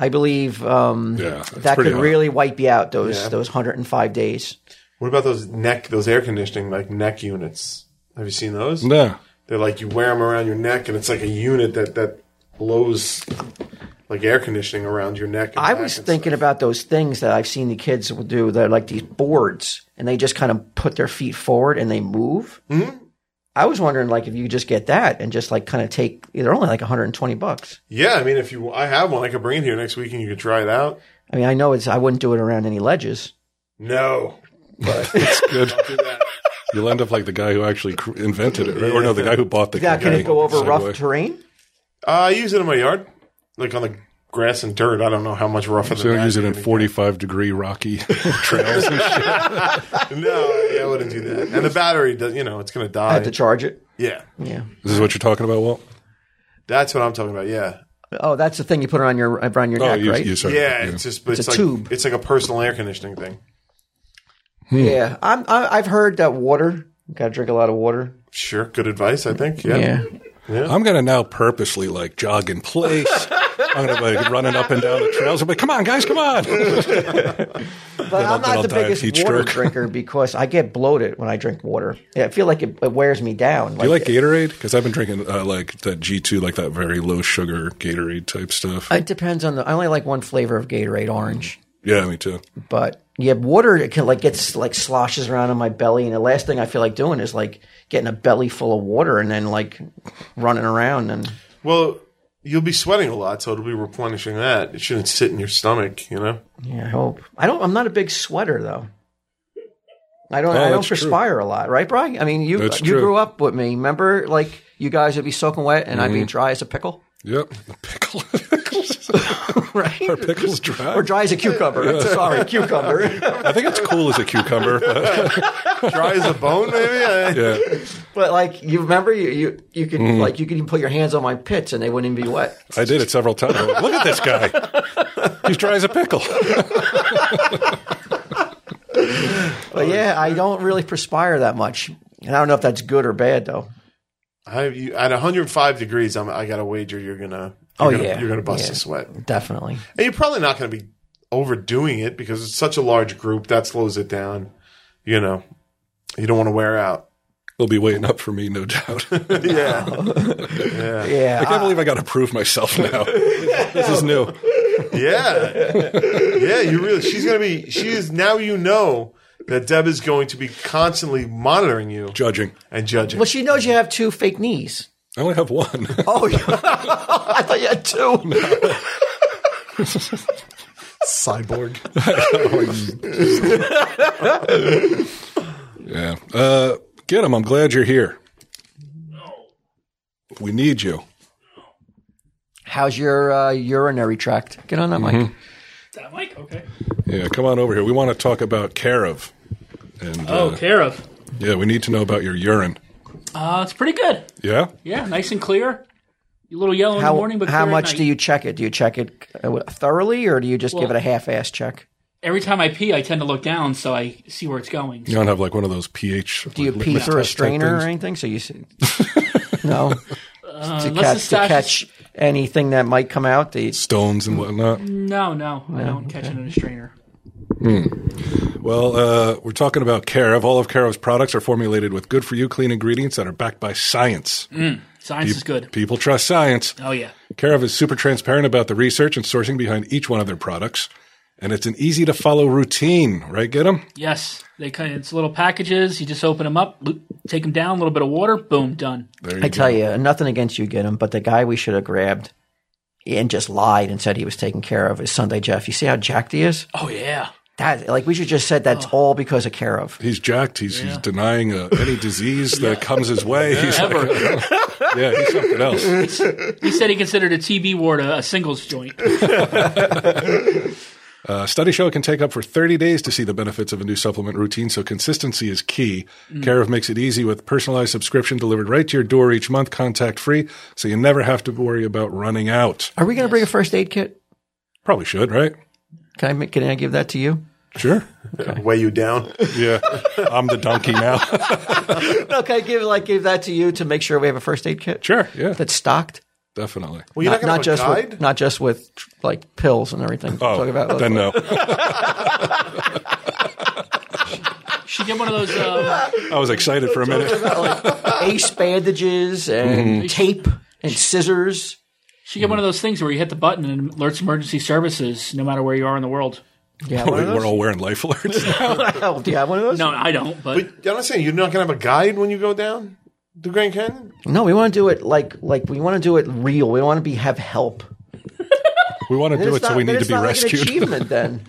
I believe um, Yeah, it's that pretty could hot. really wipe you out those Yeah. those 105 days What about those neck, those air conditioning like neck units? Have you seen those? No. They're like you wear them around your neck, and it's like a unit that that blows like air conditioning around your neck. and I back was and thinking about those things that I've seen the kids will do. They're like these boards, and they just kind of put their feet forward and they move. Mm-hmm. I was wondering, like, if you could just get that and just like kind of take. They're only like 120 bucks. Yeah, I mean, if you, I have one. I could bring it here next week, and you could try it out. I mean, I know it's. I wouldn't do it around any ledges. No, It's good. do that. You'll end up like the guy who actually cr- invented it, right? Or no, the guy who bought the Yeah, can it go over rough Segway. terrain? Uh, I use it in my yard, like on the grass and dirt. I don't know how much rougher. So than I use it that in 45 degree rocky trails. and shit. No, yeah, I wouldn't do that. And the battery, does, you know, it's gonna I die. have to charge it. yeah, Yeah. This is what you're talking about, Walt? that's what I'm talking about. Yeah, Oh, that's the thing you put around your around your Oh, neck, you, right? you sorry. yeah. It's just, but It's it's, a like tube. it's like a personal air conditioning thing. Yeah, I'm, I, I've heard that water Got to drink a lot of water. Sure, good advice. I think. Yeah. Yeah. I'm gonna now purposely like jog in place. I'm gonna be like running up and down the trails. I'm like, come on, guys, come on. But I'll- I'm then I'll not the die of biggest heat water stroke. drinker because I get bloated when I drink water. Yeah, I feel like it, it wears me down. Do you like Gatorade? Because I've been drinking uh, like that G2, like that very low sugar Gatorade type stuff. it depends on the. I only like one flavor of Gatorade, orange. yeah, me too. But yeah, water it can like gets like sloshes around in my belly, and the last thing I feel like doing is like getting a belly full of water and then like running around and Well, you'll be sweating a lot, so it'll be replenishing that. It shouldn't sit in your stomach. You know. yeah. I hope I don't. I'm not a big sweater though. I don't. Oh, I don't that's true. perspire a lot, right, Brian? I mean, you That's you true. grew up with me. Remember, like you guys would be soaking wet, and Mm-hmm. I'd be dry as a pickle, Yep, the pickle. right? Are pickles dry? or dry as a cucumber. Sorry, cucumber. I think it's cool as a cucumber. but- Dry as a bone, maybe. I- yeah. but like you remember, you you, you could like you could even put your hands on my pits and they wouldn't even be wet. I did it several times. I'm like, Look at this guy. He's dry as a pickle. But yeah, I don't really perspire that much, and I don't know if that's good or bad though. I, you, at 105 degrees, I'm, I got to wager you're gonna. You're Oh, gonna, yeah. you're gonna bust Yeah. a sweat, Definitely. and you're probably not gonna be overdoing it because it's such a large group that slows it down. You know, you don't want to wear out. They'll be waiting up for me, no doubt. I Yeah, Yeah. can't believe I got to prove myself now. This is new. yeah, yeah. You really. She's gonna be. She is now. You know that Deb is going to be constantly monitoring you Judging. and judging. well, she knows you have two fake knees. I only have one. Oh, yeah. I thought you had two. cyborg. Yeah. Uh, get him. I'm glad you're here. We need you. How's your uh, urinary tract? Get on that mic. That mic? Okay. Yeah, come on over here. We want to talk about care of. And Oh, uh, care of. yeah, we need to know about your urine. Uh, it's pretty good. Yeah? Yeah, nice and clear. A little yellow in the How, morning, but how clear at much night. do you check it? Do you check it uh, thoroughly, or do you just give it Well- a half-ass check? Every time I pee, I tend to look down so I see where it's going. You don't have like one of those pH. Do you pee through a strainer or anything? So you see, no, to Uh, Unless catch it's to catch anything that might come out. The, Stones and whatnot. No, no, I don't catch it in a strainer. Well, uh, we're talking about Carev. All of Carev's products are formulated with good for you, clean ingredients that are backed by science. Science is good. People trust science. Oh yeah. Carev is super transparent about the research and sourcing behind each one of their products. And it's an easy to follow routine, right? Get them? Yes, they kind of, it's little packages. You just open them up, bloop, take them down, a little bit of water, boom, done. There you go. I tell you, nothing against you, get him, but the guy we should have grabbed and just lied and said he was taken care of is Sunday Jeff. You see how jacked he is? Oh yeah. That like we should just said that's all because of care of. He's jacked. He's, he's denying uh, any disease that comes his way. He's like, "Oh, Ever. yeah, he's something else. he said he considered a TB ward a, a singles joint. Uh, studies show it can take up for 30 days to see the benefits of a new supplement routine, so consistency is key. Carev makes it easy with personalized subscription delivered right to your door each month, contact free, so you never have to worry about running out. Are we going to bring a first aid kit? Probably should, right? Can I make- can I give that to you? Sure. Weigh you down. Yeah. I'm the donkey now. No, can I give like give that to you to make sure we have a first aid kit sure. Yeah. that's stocked? Definitely. Well, you're not, gonna have just a guide. with not just with like pills and everything. Oh, Talk about then no. She did one of those. Uh, I was excited for a minute. ace bandages and tape and scissors. she did one of those things where you hit the button and it alerts emergency services, no matter where you are in the world. Yeah, one of We're those. all wearing life alerts. Oh, do you have one of those? No, I don't. But, But I'm not saying you're not gonna have a guide when you go down the Grand Canyon. No, we want to do it like like we want to do it real. We want to be have help. We want to do it, so we need to be Like an rescued. achievement then.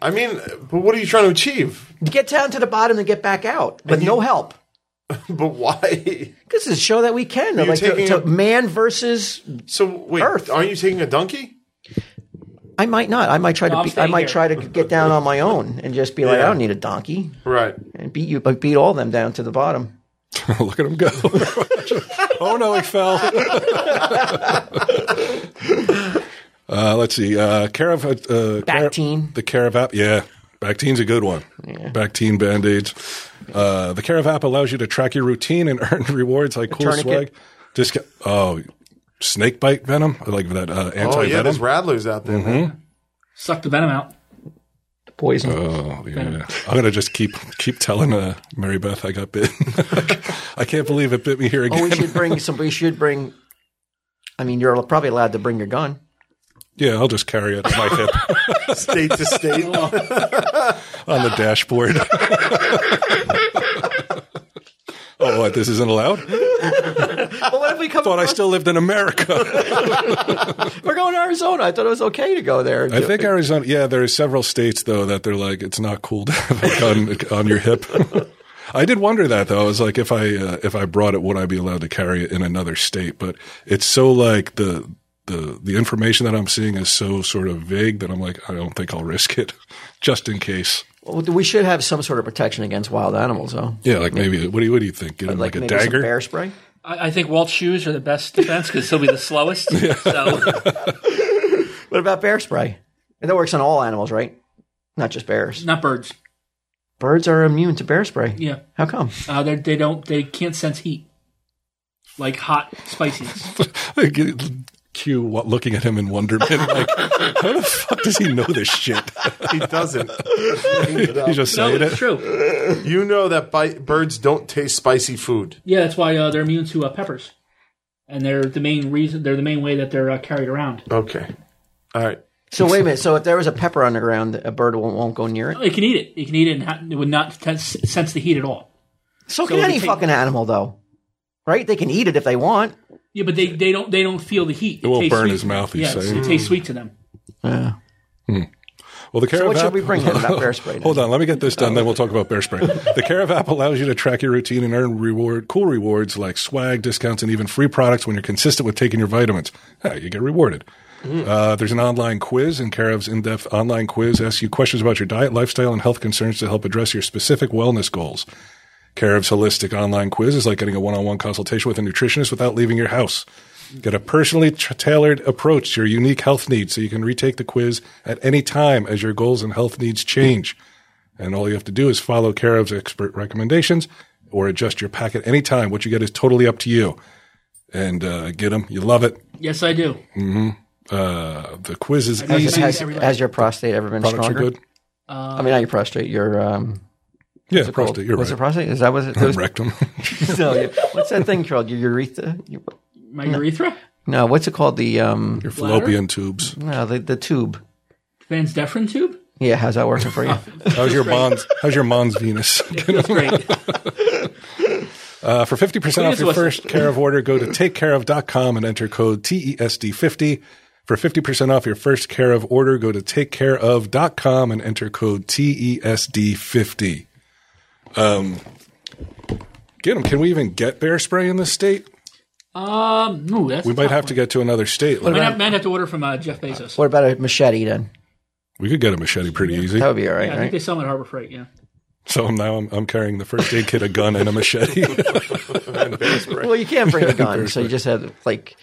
I mean, but what are you trying to achieve? You get down to the bottom and get back out with no help. But why? This is a show that we can. You're Like to, taking to a- man versus. So wait, Earth. aren't you taking a donkey? I might not. I might try No, I'm to. Be, I staying might here. try to get down on my own and just be like, Yeah. I don't need a donkey Right. and beat you, but beat all them down to the bottom. Look at him go. oh no, he fell. uh, let's see. Uh, Carav, uh, Back Carav- team. The Carav app. Yeah. Bactine's a good one. Bactine band aids. Uh, the care of app allows you to track your routine and earn rewards like cool tourniquet. swag. Discount. Oh, snake bite venom. I like that uh, Oh anti yeah, venom. there's rattlers out there. man. Suck the venom out. The poison. Oh, yeah. I'm gonna just keep keep telling uh, Mary Beth I got bit. I can't believe it bit me here oh, again. we should bring some. We should bring. I mean, you're probably allowed to bring your gun. yeah, I'll just carry it on my hip State to state. on the dashboard. oh, what? This isn't allowed. But what if we come? Thought I still lived in America. We're going to Arizona. I thought it was okay to go there. I think Arizona. Yeah, there are several states though that they're like it's not cool to have a gun on your hip. I did wonder that though. I was like, if I uh, if I brought it, would I be allowed to carry it in another state? But it's so like the the the information that I'm seeing is so sort of vague that I'm like, I don't think I'll risk it, just in case. Well, we should have some sort of protection against wild animals, though. Yeah, like maybe what do you what do you think? Get him like, a maybe some dagger. bear spray. I, I think Walt's shoes are the best defense because he'll be the slowest. So What about bear spray? And that works on all animals, right? Not just bears. not birds. Birds are immune to bear spray. Yeah, How come? uh, they they don't they can't sense heat, like hot spiciness. Q wa- looking at him in wonderment, like, how the fuck does he know this shit? he doesn't. He's just No, saying it's it. true. You know that bi- birds don't taste spicy food. Yeah, that's why uh, they're immune to uh, peppers, and they're the main reason. They're the main way that they're uh, carried around. Okay. All right. So wait a minute. So if there was a pepper on the ground, a bird won't, won't go near it. You can eat it. You can eat it, and ha- it would not t- sense the heat at all. So can we any take- fucking animal, though, right? They can eat it if they want. Yeah, but they, they don't they don't feel the heat. It, won't tastes burn sweet his to them. mouth, he's Yeah, it's- saying. it tastes sweet to them. Yeah. Well, the Care what of should app- we bring in about bear spray then? Hold on, let me get this done, then we'll talk about bear spray. the Care of app allows you to track your routine and earn reward, cool rewards like swag, discounts, and even free products when you're consistent with taking your vitamins. Hey, you get rewarded. Uh, there's an online quiz, and Care of's in-depth online quiz asks you questions about your diet, lifestyle, and health concerns to help address your specific wellness goals. Care of's holistic online quiz is like getting a one-on-one consultation with a nutritionist without leaving your house. Get a personally t- tailored approach to your unique health needs so you can retake the quiz at any time as your goals and health needs change. And all you have to do is follow Carov's expert recommendations or adjust your pack at any time. What you get is totally up to you. And uh, get them. You love it. Yes, I do. Uh, the quiz is know easy. that Has, Everybody- has your prostate ever been Products are stronger? good. I mean, not your prostate. Your um, Yeah, prostate. You're was right. it prostate? Is that was it? Those, Rectum. no, you- what's that thing called? Your urethra? Your- My Hmm. urethra, no, what's it called? The um, Your fallopian tubes. no, the, the tube. Van's deferent tube. Yeah, how's that working for you? How's your Mons? How's your Mons Venus? That's great. Uh, for 50% off is your what's- first care of order, go to takecareof.com and enter code E TESD50. For 50% off your first care of order, go to takecareof.com and enter code E TESD50. Um, get 'em. Can we even get bear spray in this state? um, no, that's We might have to get to another state. Might have, might have to order from uh, Jeff Bezos. what about a machete then? We could get a machete pretty easy. That would be all right, yeah, I think right? they sell them at Harbor Freight. Yeah. So now I'm, I'm carrying the first aid kit, a gun, and a machete. Well, you can't bring a gun, so you just have like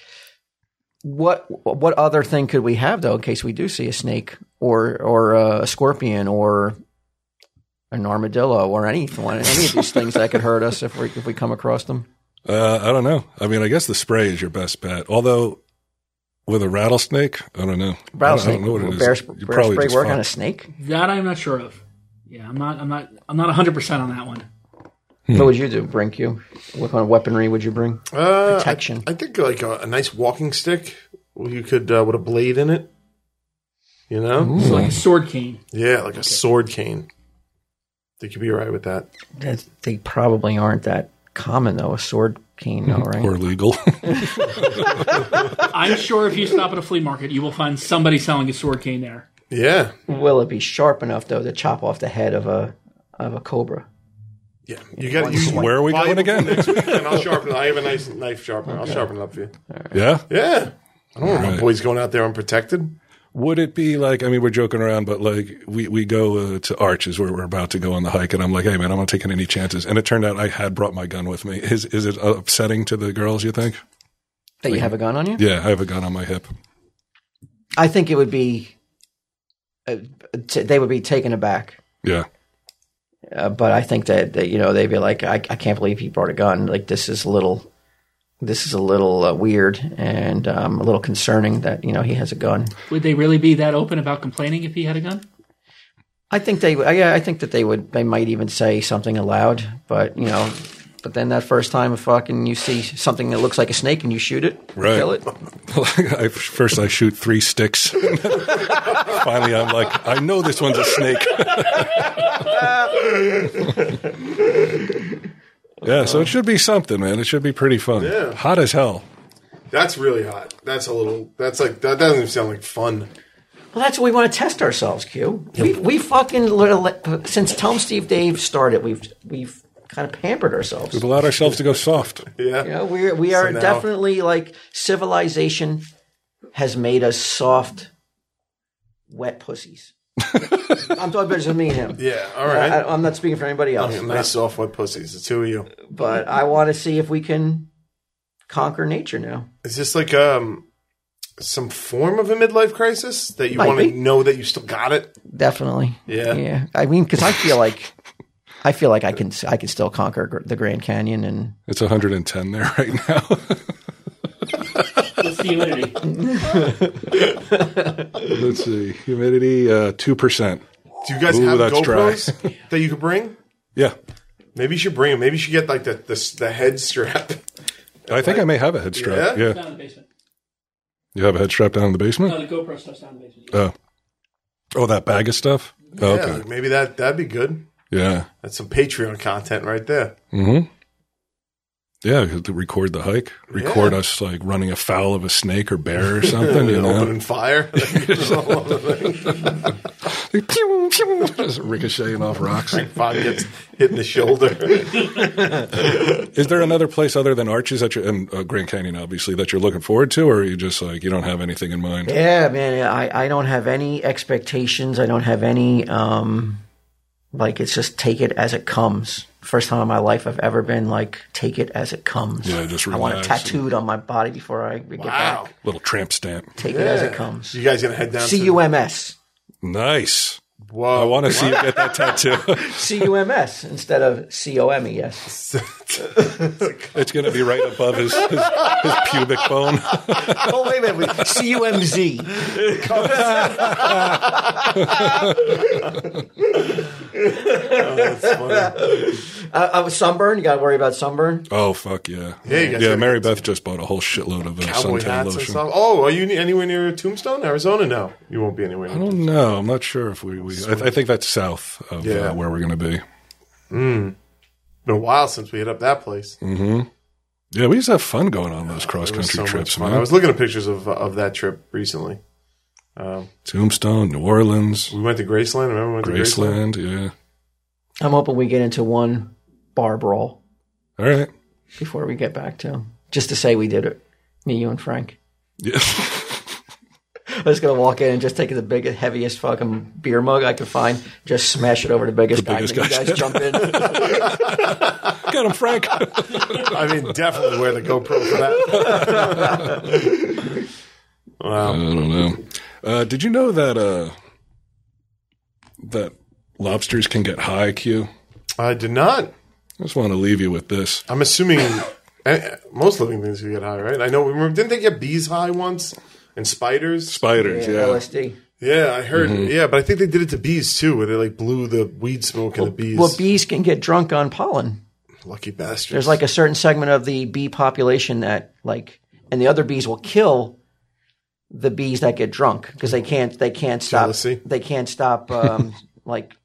what what other thing could we have though in case we do see a snake or or a scorpion or an armadillo or anyone any of these things that could hurt us if we if we come across them. Uh, I don't know. I mean, I guess the spray is your best bet. Although with a rattlesnake, I don't know. Rattlesnake, I don't, I don't know what it is. bear, sp- You're bear probably spray just work fine. on a snake. That I'm not sure of. Yeah, I'm not. I'm not. I'm not 100 percent on that one. Hmm. What would you do? Bring you? What kind of weaponry would you bring? Uh, Protection. I, I think like a, a nice walking stick. You could uh, with a blade in it. You know, It's like a sword cane. yeah, like a sword cane. They could be all right with that. That's- They probably aren't that common though. A sword cane, though, right? Or legal. I'm sure if you stop at a flea market, you will find somebody selling a sword cane there. Yeah, Will it be sharp enough though to chop off the head of a of a cobra? yeah. You got to Where are we going again? Next week, and I'll sharpen. it. I have a nice knife sharpener. I'll sharpen it up for you. yeah. Yeah. I don't want my Right. boys going out there unprotected. Would it be like, I mean, we're joking around, but like we, we go uh, to Arches where we're about to go on the hike and I'm like, hey man, I'm not taking any chances. And it turned out I had brought my gun with me. Is, is it upsetting to the girls, you think? That you have a gun on you? Yeah. I have a gun on my hip. I think it would be. Uh, t- they would be taken aback. Yeah. Uh, but I think that, that you know they'd be like, I, I can't believe he brought a gun. Like this is a little, this is a little uh, weird and um, a little concerning that you know he has a gun. Would they really be that open about complaining if he had a gun? I think they, I- yeah, I think that they would, they might even say something aloud. But you know, but then that first time, if fucking you see something that looks like a snake and you shoot it, Right. kill it. I, first, I shoot three sticks. Finally, I'm like, I know this one's a snake. yeah, so it should be something, man. It should be pretty fun. Yeah. Hot as hell. That's really hot. That's a little. That's like that doesn't even sound like fun. Well, that's what we want to test ourselves, Q. We we fucking little- since Tom Steve Dave started, we've we've kind of pampered ourselves. We've allowed ourselves to go soft. Yeah. You know, we're, we are now- definitely like civilization has made us soft, wet pussies. I'm talking about just me and him. Yeah. All I, right. I- I'm not speaking for anybody else, nice soft wet pussies. The two of you. but I want to see if we can conquer nature now. Is this like um some form of a midlife crisis that you Might want be. to know that you still got it? Definitely. Yeah. Yeah. I mean, because I feel like I feel like I can I can still conquer gr- the Grand Canyon and It's 110 there right now. What's the humidity? Let's see. Humidity, uh, 2%. Do you guys Ooh, have that's dry. GoPros that you could bring? Yeah. Maybe you should bring them. Maybe you should get like the the, the head strap. I think I may have a head strap. Yeah? Yeah. down in the basement. You have a head strap down in the No, basement? the GoPro stuff's down in the basement. Oh. Oh, that bag of stuff? Oh, Yeah, okay. like, maybe that that'd be good. Yeah. That's some Patreon content right there. Mm-hmm. Yeah, we could record the hike. Record Yeah. us like running afoul of a snake or bear or something. you know, Opening fire. pew, pew, just ricocheting off rocks. Fog gets hit in the shoulder. Is there another place other than Arches that you're in uh, Grand Canyon, obviously, that you're looking forward to, or are you just like you don't have anything in mind? Yeah, man. I, I don't have any expectations. I don't have any um like it's just take it as it comes. First time in my life I've ever been like take it as it comes. Yeah, just I want it relax. tattooed on my body before I get Wow. back. Little tramp stamp. Take it as it Yeah. comes. You guys gonna head down? C to U M S. Nice. Whoa. I want to see you get that tattoo. C U M S instead of C O M E S. it's going to be right above his, his, his pubic bone. Oh wait a minute. C U M Z. Uh, uh, sunburn, you gotta worry about sunburn. Oh fuck yeah! Yeah, you guys yeah. gotta Mary Beth just bought a whole shitload of uh, cowboy suntan hats and lotion. stuff. Oh, are you ne- anywhere near Tombstone, Arizona? No, you won't be anywhere. I Near. don't know. I'm not sure if we. we I, I think that's south of Yeah. uh, where we're going to be. It's been a while since we hit up that place. Yeah, we used to have fun going on those cross It was so country much trips, fun. man. I was looking at pictures of of that trip recently. Tombstone, New Orleans, We went to Graceland. Remember, we went to Graceland. Graceland. Yeah. I'm hoping we get into one bar brawl All right. before we get back to just to say we did it. Me, you and Frank. Yeah. I'm just gonna walk in and just take the biggest, heaviest fucking beer mug I could find, just smash it over the biggest guy, biggest make guy. you guys jump in. Got him, Frank. I mean, definitely wear the GoPro for that. I don't know. Uh, did you know that uh, that lobsters can get high? Q. I did not. I just want to leave you with this. I'm assuming eh, most living things can get high, right? I know. Remember, didn't they get bees high once and spiders? Spiders. Yeah. LSD. Yeah, I heard. Mm-hmm. Yeah, but I think they did it to bees too, where they like blew the weed smoke and the bees. Well, bees can get drunk on pollen. Lucky bastards. There's like a certain segment of the bee population that like, and the other bees will kill the bees that get drunk because they can't they can't stop Jealousy. they can't stop um, like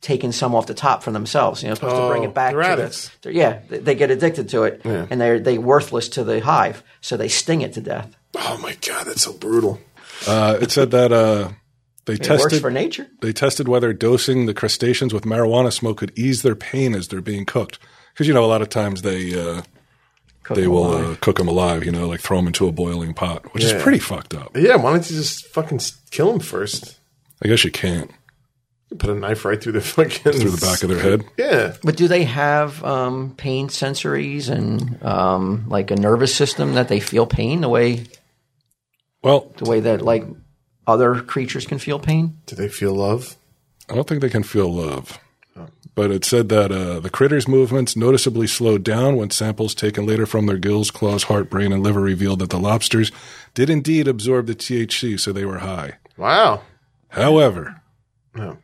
taking some off the top for themselves. You know, supposed to bring Oh, it back. they're to the- addicts. they're- yeah, they, they get addicted to it, Yeah. and they're they worthless to the hive, so they sting it to death. Oh my god, that's so brutal. Uh, it said that uh, they It works tested for nature. They tested whether dosing the crustaceans with marijuana smoke could ease their pain as they're being cooked. Because you know, a lot of times they uh, they will uh, cook them alive. You know, like throw them into a boiling pot, which Yeah. is pretty fucked up. Yeah, why don't you just fucking s- kill them first? I guess you can't Put a knife right through the fucking through the back of their head. Yeah, But do they have um, pain sensories and um, like a nervous system that they feel pain the way Well, the way that like other creatures can feel pain? do they feel love? I don't think they can feel love. Oh. But it said that uh, the critters' movements noticeably slowed down when samples taken later from their gills, claws, heart, brain, and liver revealed that the lobsters did indeed absorb the THC, so they were high. Wow. However, Yeah.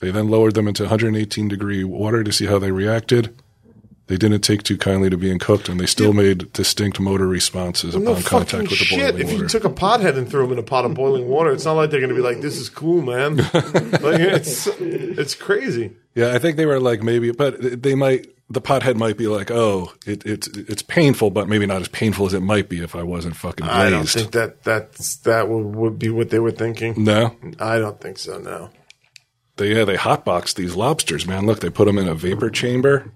they then lowered them into 118 degree water to see how they reacted. They didn't take too kindly to being cooked, and they still made distinct motor responses No upon fucking contact with the shit. boiling If water. you took a pothead and threw him in a pot of boiling water, it's not like they're going to be like, "This is cool, man." like, it's it's crazy. yeah, I think they were like maybe, but they might. The pothead might be like, "Oh, it, it's it's painful, but maybe not as painful as it might be if I wasn't fucking raised." I don't think that that's that would, would be what they were thinking. no, I don't think so. No. they yeah they hotbox these lobsters, man. Look, they put them in a vapor chamber.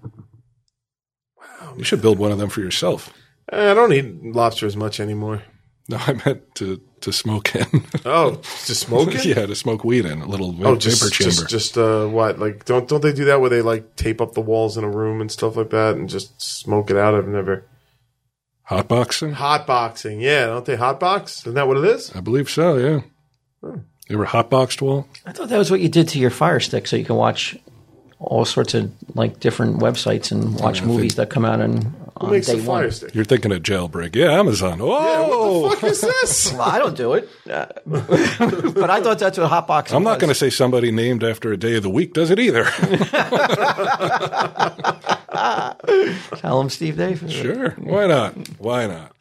Wow, you should build one of them for yourself. Eh, I don't eat lobster as much anymore. No, I meant to to smoke in. Oh, just smoking. yeah, to smoke weed in a little va- Oh, just vapor chamber. just just uh, what? Like, don't don't they do that where they like tape up the walls in a room and stuff like that and just smoke it out? I've never Hotboxing? hotboxing. Yeah, don't they hotbox? Isn't that what it is? I believe so, yeah. You ever hotboxed, Wall? I thought that was what you did to your Fire Stick, so you can watch all sorts of like different websites and watch movies that come out on, Who on makes day the fire one. stick? You're thinking of jailbreak. Yeah, Amazon. Oh! What the fuck is this? Well, I don't do it, Uh, but I thought that's what hot boxing. I'm not was. going to say somebody named after a day of the week does it either. tell him Steve Davis. sure. Why not? Why not?